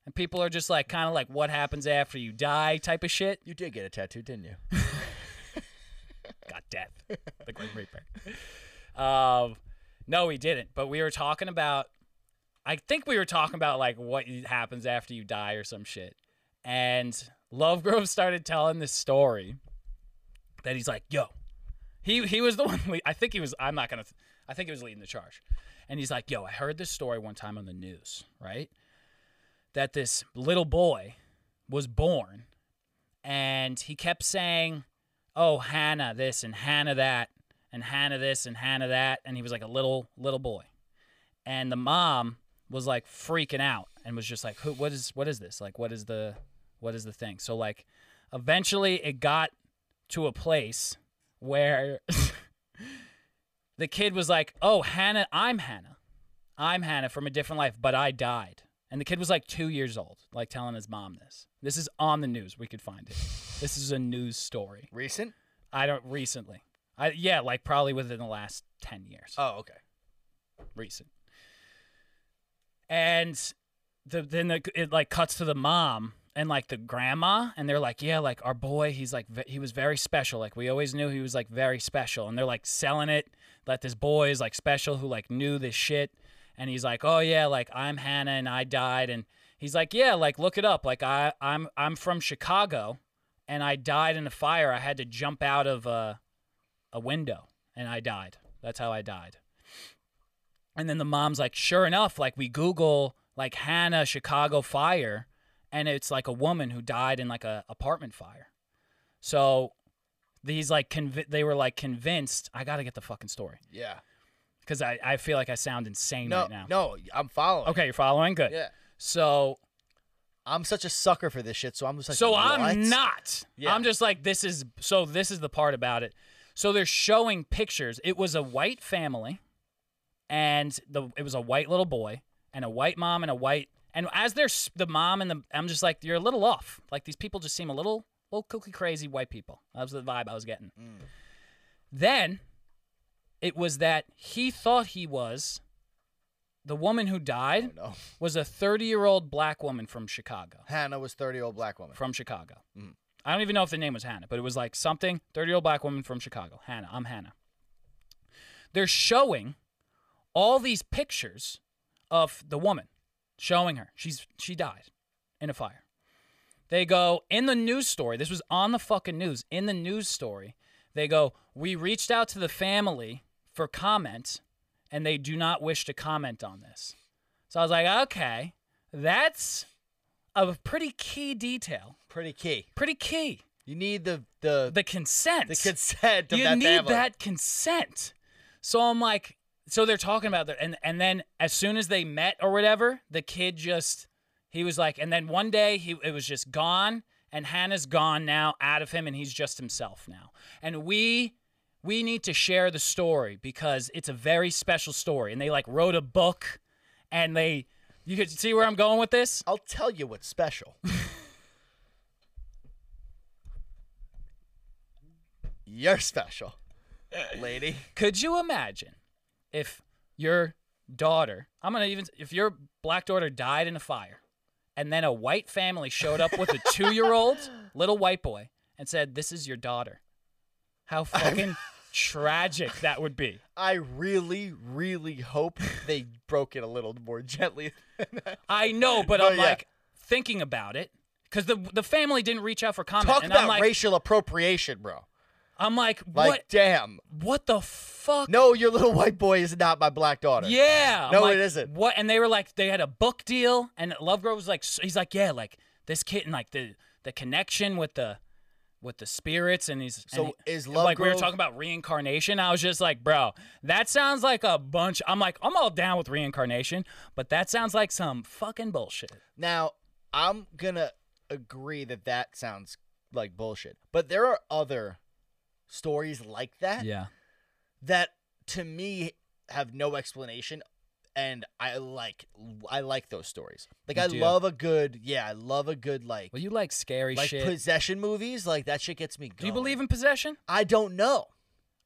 Speaker 3: and people are just like kind of like what happens after you die type of shit.
Speaker 1: You did get a tattoo, didn't you?
Speaker 3: got death, the Grim Reaper. Um, no, we didn't. But we were talking about. I think we were talking about like what happens after you die or some shit. And Lovegrove started telling this story that he's like, "Yo, he he was the one. Le- I think he was. I'm not gonna. I think he was leading the charge. And he's like, "Yo, I heard this story one time on the news, right? That this little boy was born, and he kept saying." oh Hannah this and Hannah that and Hannah this and Hannah that and he was like a little little boy. And the mom was like freaking out and was just like who what is what is this? Like what is the what is the thing? So like eventually it got to a place where the kid was like, "Oh, Hannah, I'm Hannah. I'm Hannah from a different life, but I died." And the kid was like 2 years old, like telling his mom this. This is on the news. We could find it. This is a news story.
Speaker 1: Recent?
Speaker 3: I don't recently. I yeah, like probably within the last ten years.
Speaker 1: Oh, okay.
Speaker 3: recent. And the, then the, it like cuts to the mom and like the grandma, and they're like, yeah, like our boy, he's like ve- he was very special. Like we always knew he was like very special, and they're like selling it that this boy is like special who like knew this shit, and he's like, oh yeah, like I'm Hannah and I died, and he's like, yeah, like look it up, like I I'm I'm from Chicago, and I died in a fire. I had to jump out of a a window, and I died. That's how I died. And then the mom's like, sure enough, like we Google like Hannah Chicago fire, and it's like a woman who died in like a apartment fire. So these like conv- they were like convinced. I gotta get the fucking story
Speaker 1: Yeah.
Speaker 3: because I I feel like I sound insane
Speaker 1: No,
Speaker 3: right now.
Speaker 1: no, I'm following.
Speaker 3: Okay, you're following. Good.
Speaker 1: Yeah.
Speaker 3: So
Speaker 1: I'm such a sucker for this shit, so I'm just like.
Speaker 3: so
Speaker 1: "What?"
Speaker 3: I'm not.
Speaker 1: Yeah.
Speaker 3: I'm just like this is so this is the part about it. So they're showing pictures. It was a white family and the it was a white little boy and a white mom and a white and as they're s- the mom and the I'm just like you're a little off. Like these people just seem a little little kooky crazy white people. That was the vibe I was getting.
Speaker 1: Mm.
Speaker 3: Then it was that he thought he was the woman who died
Speaker 1: Oh, No.
Speaker 3: was a 30-year-old black woman from Chicago
Speaker 1: Hannah was 30 old black woman.
Speaker 3: from Chicago. I don't even know if the name was Hannah, but it was like something 30 year old black woman from Chicago. Hannah, I'm Hannah. They're showing all these pictures of the woman, showing her. She's she died in a fire. They go in the news story. This was on the fucking news. In the news story, they go, "We reached out to the family for comment and they do not wish to comment on this." So I was like, "Okay, that's a pretty key detail.
Speaker 1: Pretty key.
Speaker 3: Pretty key.
Speaker 1: You need the the
Speaker 3: The consent.
Speaker 1: the consent of
Speaker 3: you
Speaker 1: that
Speaker 3: need
Speaker 1: family.
Speaker 3: that consent. So I'm like, so they're talking about that, and and then as soon as they met or whatever, the kid just he was like, and then one day he it was just gone, and Hannah's gone now out of him, and he's just himself now, and we. We need to share the story because it's a very special story, and they like wrote a book, and they, you could see where I'm going with this.
Speaker 1: I'll tell you what's special. You're special, lady.
Speaker 3: Could you imagine if your daughter, I'm going to even, if your black daughter died in a fire and then a white family showed up with a two year old little white boy and said, This is your daughter? How fucking tragic that would be.
Speaker 1: I really, really hope they broke it a little more gently.
Speaker 3: I know, but
Speaker 1: No,
Speaker 3: I'm
Speaker 1: yeah.
Speaker 3: like thinking about it because the, the family didn't reach out for comment.
Speaker 1: Talk
Speaker 3: and
Speaker 1: about
Speaker 3: I'm like,
Speaker 1: racial appropriation, bro.
Speaker 3: I'm like,
Speaker 1: Like,
Speaker 3: what,
Speaker 1: damn.
Speaker 3: what the fuck?
Speaker 1: No, your little white boy is not my black daughter.
Speaker 3: Yeah. I'm
Speaker 1: No,
Speaker 3: like,
Speaker 1: it isn't.
Speaker 3: What? And they were like, they had a book deal, and Lovegrove was like, s- he's like, yeah, like this kid and like the the connection with the with the spirits and he's
Speaker 1: So
Speaker 3: and
Speaker 1: is
Speaker 3: like we were
Speaker 1: Lovegrove-
Speaker 3: talking about reincarnation. I was just like, bro, that sounds like a bunch. I'm like, I'm all down with reincarnation, but that sounds like some fucking bullshit.
Speaker 1: Now, I'm going to agree that that sounds like bullshit, but there are other stories like that
Speaker 3: Yeah,
Speaker 1: that to me have no explanation and I like I like those stories. Like
Speaker 3: You
Speaker 1: I
Speaker 3: do.
Speaker 1: love a good yeah, I love a good like
Speaker 3: well, you like scary
Speaker 1: like
Speaker 3: shit.
Speaker 1: possession movies, like that shit gets me going.
Speaker 3: do you believe in possession?
Speaker 1: I don't know.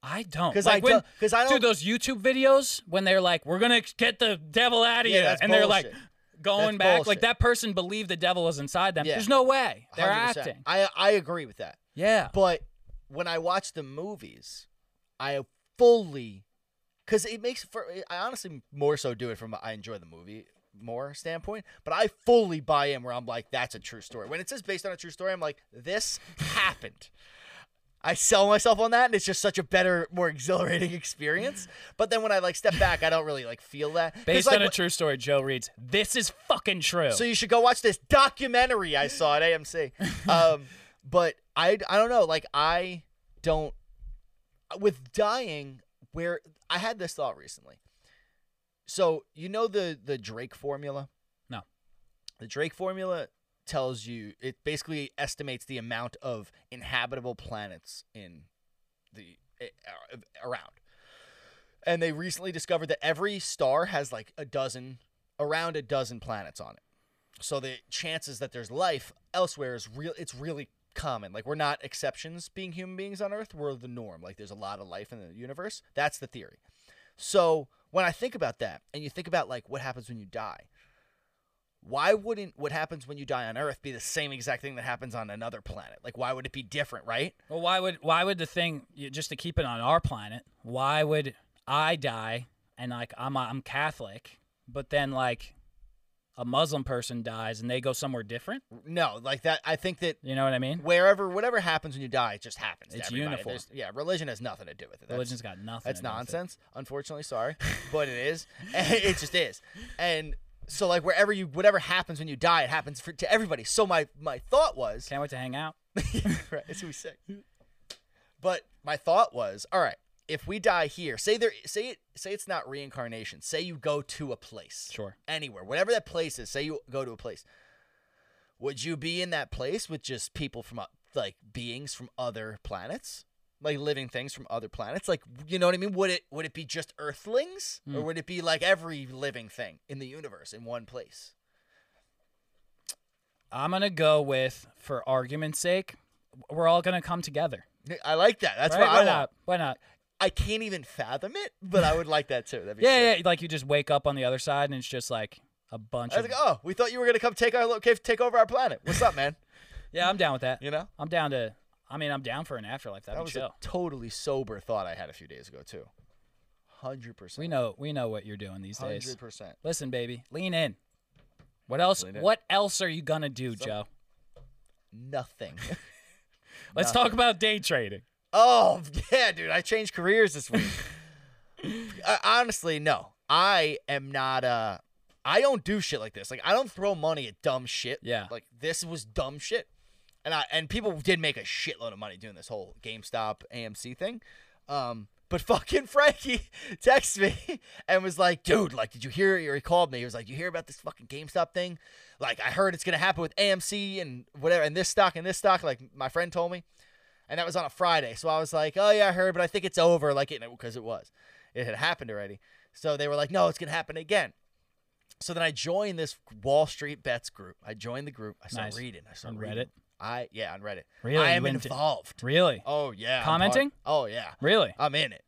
Speaker 3: I don't.
Speaker 1: 'Cause I
Speaker 3: like when,
Speaker 1: don't- 'cause I don't-
Speaker 3: Dude, those YouTube videos when they're like, "We're gonna get the devil out of
Speaker 1: Yeah,
Speaker 3: you,"
Speaker 1: that's
Speaker 3: and they're like
Speaker 1: bullshit.
Speaker 3: going
Speaker 1: That's
Speaker 3: back,
Speaker 1: bullshit.
Speaker 3: like that person believed the devil was inside them.
Speaker 1: Yeah.
Speaker 3: There's no way they're
Speaker 1: 100%.
Speaker 3: acting.
Speaker 1: I I agree with that.
Speaker 3: Yeah,
Speaker 1: But when I watch the movies, I fully because it makes for I honestly more so do it from I enjoy the movie more standpoint, but I fully buy in where I'm like that's a true story. When it says based on a true story, I'm like this happened. I sell myself on that, and it's just such a better, more exhilarating experience. But then when I like step back, I don't really like feel that. 'Cause,
Speaker 3: based
Speaker 1: like,
Speaker 3: on a
Speaker 1: wh-
Speaker 3: true story, Joe reads, "This is fucking true."
Speaker 1: so you should go watch this documentary I saw at AMC. Um, but I I don't know. Like I don't with dying where I had this thought recently. So you know the the Drake formula.
Speaker 3: No.
Speaker 1: The Drake formula tells you it basically estimates the amount of inhabitable planets in the a- a- around. And they recently discovered that every star has like a dozen around a dozen planets on it. So the chances that there's life elsewhere is real. It's really common. Like we're not exceptions being human beings on Earth. We're the norm. Like there's a lot of life in the universe. That's the theory. So when I think about that, and you think about like what happens when you die, why wouldn't what happens when you die on Earth be the same exact thing that happens on another planet? Like why would it be different, right?
Speaker 3: well, why would why would the thing you- just to keep it on our planet? Why would I die and like I'm a, I'm Catholic, but then like a Muslim person dies and they go somewhere different?
Speaker 1: No, like that. I think that
Speaker 3: You know what I mean?
Speaker 1: wherever whatever happens when you die, it just happens. to
Speaker 3: It's
Speaker 1: everybody.
Speaker 3: uniform.
Speaker 1: There's- yeah, religion has nothing to do with it. That's-
Speaker 3: Religion's got nothing.
Speaker 1: That's
Speaker 3: to do with it.
Speaker 1: nonsense. Unfortunately, sorry, but it is. it just is. And so, like, wherever you, whatever happens when you die, it happens for, to everybody. So my my thought was,
Speaker 3: Can't wait to hang out.
Speaker 1: right, it's who we say. But my thought was, all right, if we die here, say there, say it, say it's not reincarnation. Say you go to a place,
Speaker 3: Sure.
Speaker 1: anywhere, whatever that place is. Say you go to a place. Would you be in that place with just people from o- like beings from other planets, like living things from other planets? Like you know what I mean? Would it would it be just Earthlings,
Speaker 3: Hmm.
Speaker 1: or would it be like every living thing in the universe in one place?
Speaker 3: I'm gonna go with, for argument's sake, we're all gonna come together.
Speaker 1: I like that. That's
Speaker 3: right?
Speaker 1: what I
Speaker 3: Why
Speaker 1: want.
Speaker 3: not? Why not?
Speaker 1: I can't even fathom it, but I would like that too. That'd be sick.
Speaker 3: Yeah, yeah. Like you just wake up on the other side and it's just like a bunch
Speaker 1: I
Speaker 3: of.
Speaker 1: was like, oh, we thought you were gonna come take our lo- cave- take over our planet. What's up, man?
Speaker 3: yeah, I'm down with that.
Speaker 1: You know,
Speaker 3: I'm down to. I mean, I'm down for an afterlife. That'd
Speaker 1: that
Speaker 3: be
Speaker 1: was
Speaker 3: chill.
Speaker 1: a totally sober thought I had a few days ago too. Hundred
Speaker 3: we
Speaker 1: percent.
Speaker 3: know. We know what you're doing these days.
Speaker 1: Hundred percent.
Speaker 3: Listen, baby, lean in. What else?
Speaker 1: Lean in.
Speaker 3: What else are you gonna do, Joe?
Speaker 1: Nothing.
Speaker 3: Let's talk about day trading.
Speaker 1: oh yeah, dude, I changed careers this week. I, honestly, no, I am not. Uh, I don't do shit like this. Like, I don't throw money at dumb shit.
Speaker 3: Yeah.
Speaker 1: Like this was dumb shit, and I and people did make a shitload of money doing this whole GameStop AMC thing. Um, but fucking Frankie texted me and was like, dude, like, did you hear? Or he called me. He was like, you hear about this fucking GameStop thing? Like, I heard it's gonna happen with AMC and whatever, and this stock and this stock. Like, my friend told me, and that was on a Friday. So I was like, oh yeah, I heard, but I think it's over. Like, it because it was, it had happened already. So they were like, no, it's gonna happen again. So then I joined this Wall Street bets group. I joined the group. I started
Speaker 3: Nice.
Speaker 1: reading. I started
Speaker 3: On
Speaker 1: reading.
Speaker 3: Reddit?
Speaker 1: I yeah on Reddit.
Speaker 3: Really?
Speaker 1: I
Speaker 3: You
Speaker 1: am
Speaker 3: went to-
Speaker 1: involved.
Speaker 3: Really?
Speaker 1: Oh yeah. I'm
Speaker 3: Commenting?
Speaker 1: part- oh yeah.
Speaker 3: Really?
Speaker 1: I'm in it.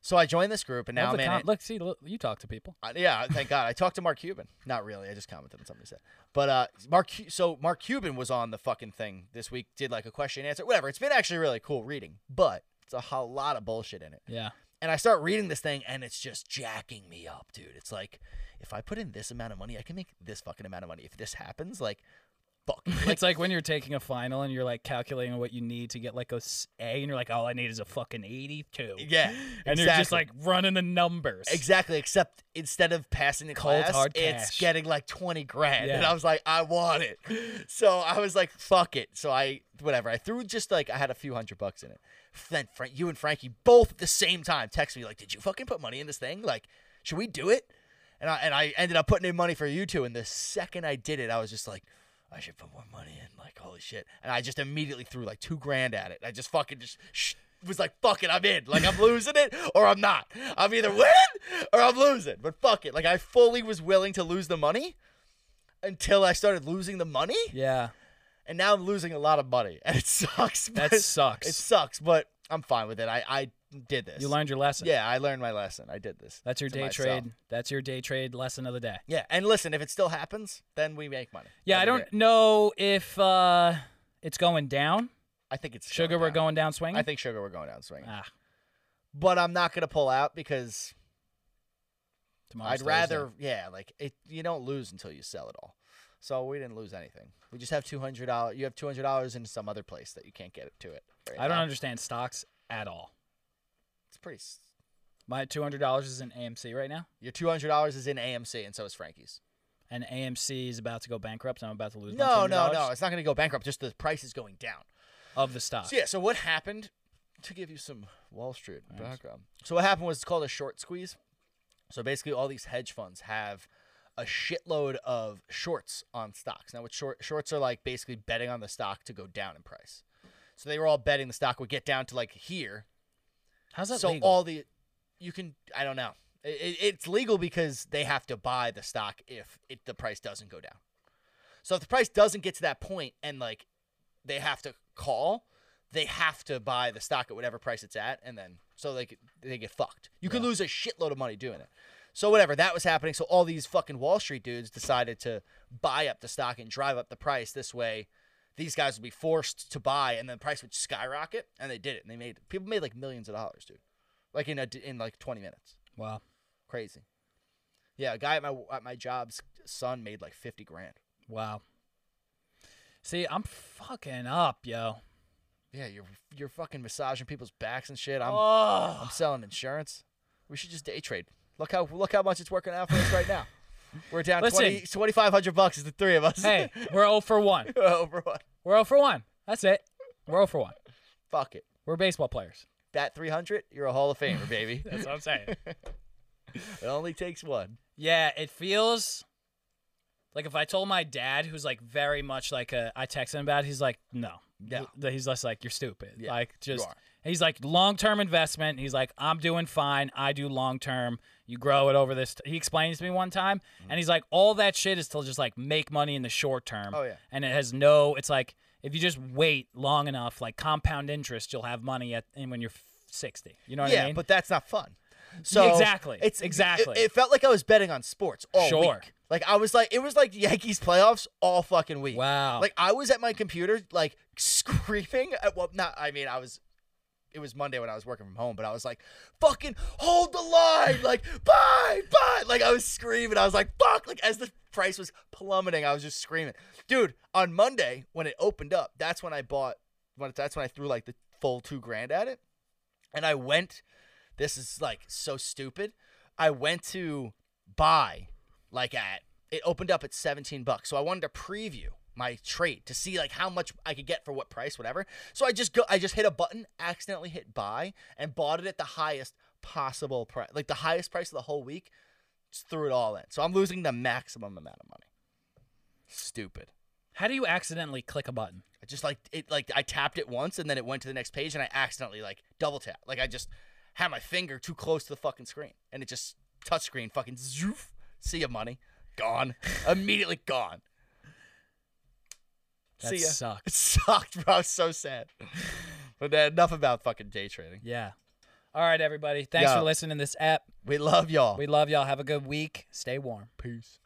Speaker 1: So I joined this group and now
Speaker 3: Love
Speaker 1: I'm
Speaker 3: the
Speaker 1: in
Speaker 3: com-
Speaker 1: it.
Speaker 3: Look, see, look, you talk to people.
Speaker 1: Uh, yeah, thank God. I talked to Mark Cuban. Not really. I just commented on something he said. But uh, Mark, Cu- so Mark Cuban was on the fucking thing this week. Did like a question and answer, whatever. It's been actually really cool reading, but it's a whole lot of bullshit in it.
Speaker 3: Yeah.
Speaker 1: And I start reading this thing and it's just jacking me up, dude. It's like if I put in this amount of money, I can make this fucking amount of money. If this happens, like fuck.
Speaker 3: it's like when you're taking a final and you're like calculating what you need to get like a s- A, and you're like, all I need is a fucking 82.
Speaker 1: yeah,
Speaker 3: And you're just
Speaker 1: exactly.
Speaker 3: like running the numbers.
Speaker 1: Exactly, except instead of passing the
Speaker 3: Cold,
Speaker 1: class,
Speaker 3: hard
Speaker 1: it's
Speaker 3: cash.
Speaker 1: getting like twenty grand, and
Speaker 3: Yeah.
Speaker 1: I was like, I want it. So I was like, fuck it. So I whatever. I threw just like I had a few hundred bucks in it. Then Frank, you and Frankie both at the same time text me like, did you fucking put money in this thing? Like, should we do it? And I and I ended up putting in money for you two. And the second I did it, I was just like. I should put more money in, like holy shit! And I just immediately threw like two grand at it. I just fucking just sh- was like, "Fuck it, I'm in." Like I'm losing it or I'm not. I'm either winning or I'm losing. But fuck it, like I fully was willing to lose the money until I started losing the money,
Speaker 3: Yeah.
Speaker 1: and now I'm losing a lot of money, and it sucks.
Speaker 3: That
Speaker 1: but-
Speaker 3: sucks.
Speaker 1: It sucks, but I'm fine with it. I I did this.
Speaker 3: You learned your lesson.
Speaker 1: Yeah, I learned my lesson. I did this.
Speaker 3: That's your
Speaker 1: to
Speaker 3: day
Speaker 1: myself.
Speaker 3: trade. That's your day trade lesson of the day.
Speaker 1: Yeah, and listen, if it still happens, then we make money.
Speaker 3: Yeah, I
Speaker 1: That'd be
Speaker 3: don't
Speaker 1: great.
Speaker 3: know if uh, it's going down.
Speaker 1: I think it's
Speaker 3: Sugar, we're
Speaker 1: down.
Speaker 3: going down swinging.
Speaker 1: I think sugar, we're going down swinging.
Speaker 3: ah,
Speaker 1: but I'm not gonna pull out because
Speaker 3: tomorrow's
Speaker 1: I'd
Speaker 3: Thursday.
Speaker 1: rather yeah, like it you don't lose until you sell it all. So we didn't lose anything. We just have two hundred dollars you have two hundred dollars in some other place that you can't get it to it. right
Speaker 3: I don't
Speaker 1: now.
Speaker 3: understand stocks at all.
Speaker 1: it's pretty s-
Speaker 3: My two hundred dollars is in AMC right now,
Speaker 1: your two hundred dollars is in AMC and so is Frankie's.
Speaker 3: and AMC is about to go bankrupt. I'm about to lose. my
Speaker 1: No, no,
Speaker 3: $200
Speaker 1: no. It's not gonna go bankrupt, just the price is going down.
Speaker 3: Of the stock.
Speaker 1: So yeah, so what happened to give you some Wall Street background. So what happened was it's called a short squeeze. So basically all these hedge funds have a shitload of shorts on stocks. Now what short shorts are like basically betting on the stock to go down in price. So they were all betting the stock would get down to like here.
Speaker 3: How's that
Speaker 1: So
Speaker 3: legal?
Speaker 1: all the you can I don't know. It, it- it's legal because they have to buy the stock if it, the price doesn't go down. So if the price doesn't get to that point and like they have to call, they have to buy the stock at whatever price it's at, and then so they get, they get fucked. You could lose a shitload of money doing it. So whatever that was happening, so all these fucking Wall Street dudes decided to buy up the stock and drive up the price. This way, these guys would be forced to buy, and then the price would skyrocket. And they did it, and they made people made like millions of dollars, dude, like in a d in like twenty minutes
Speaker 3: wow.
Speaker 1: crazy. Yeah, a guy at my at my job's son made like fifty grand.
Speaker 3: Wow. See, I'm fucking up, yo.
Speaker 1: Yeah, you're you're fucking massaging people's backs and shit. I'm
Speaker 3: Oh.
Speaker 1: I'm selling insurance. We should just day trade. Look how look how much it's working out for us right now. We're down
Speaker 3: Listen.
Speaker 1: 20 2500 bucks is the three of us.
Speaker 3: Hey, we're 0 for 1.
Speaker 1: over what?
Speaker 3: We're 0 for 1. That's it. We're 0 for 1.
Speaker 1: Fuck it.
Speaker 3: We're baseball players.
Speaker 1: That 300, you're a Hall of Famer, baby.
Speaker 3: That's what I'm saying.
Speaker 1: it only takes one.
Speaker 3: Yeah, it feels like if I told my dad, who's like very much like a, I text him about, it, he's like, no,
Speaker 1: No.
Speaker 3: Th- he's less like you're stupid.
Speaker 1: Yeah,
Speaker 3: like just
Speaker 1: are.
Speaker 3: he's like long term investment. He's like, I'm doing fine. I do long term. You grow it over this. He explains to me one time,
Speaker 1: Mm-hmm.
Speaker 3: and he's like, all that shit is to just like make money in the short term.
Speaker 1: Oh, yeah.
Speaker 3: and it has no. It's like if you just wait long enough, like compound interest, you'll have money at and when you're. 60. You know what
Speaker 1: yeah,
Speaker 3: I mean?
Speaker 1: but that's not fun. So
Speaker 3: exactly.
Speaker 1: It's
Speaker 3: Exactly.
Speaker 1: It, it felt like I was betting on sports all
Speaker 3: Sure.
Speaker 1: week. Like I was like it was like Yankees playoffs all fucking week.
Speaker 3: Wow.
Speaker 1: Like I was at my computer like screaming at what not I mean I was it was Monday when I was working from home, but I was like, fucking hold the line, like buy, buy. Like I was screaming. I was like, fuck. Like as the price was plummeting, I was just screaming. Dude, on Monday when it opened up, that's when I bought when that's when I threw like the full two grand at it. And I went, this is like so stupid. I went to buy like at it opened up at 17 bucks. So I wanted to preview my trade to see like how much I could get for what price, whatever. So I just go I just hit a button, accidentally hit buy, and bought it at the highest possible price. Like the highest price of the whole week. Just threw it all in. So I'm losing the maximum amount of money. Stupid.
Speaker 3: How do you accidentally click a button?
Speaker 1: I just like it like I tapped it once and then it went to the next page and I accidentally like double tap. Like I just had my finger too close to the fucking screen and it just touch screen fucking zoof. See ya money. Gone. Immediately gone.
Speaker 3: That
Speaker 1: See ya.
Speaker 3: sucks.
Speaker 1: It sucked, bro. I was so sad. But uh, enough about fucking day trading.
Speaker 3: Yeah. All right, everybody. Thanks
Speaker 1: Yeah.
Speaker 3: for listening to this app.
Speaker 1: We love y'all.
Speaker 3: We love y'all. Have a good week. Stay warm.
Speaker 1: Peace.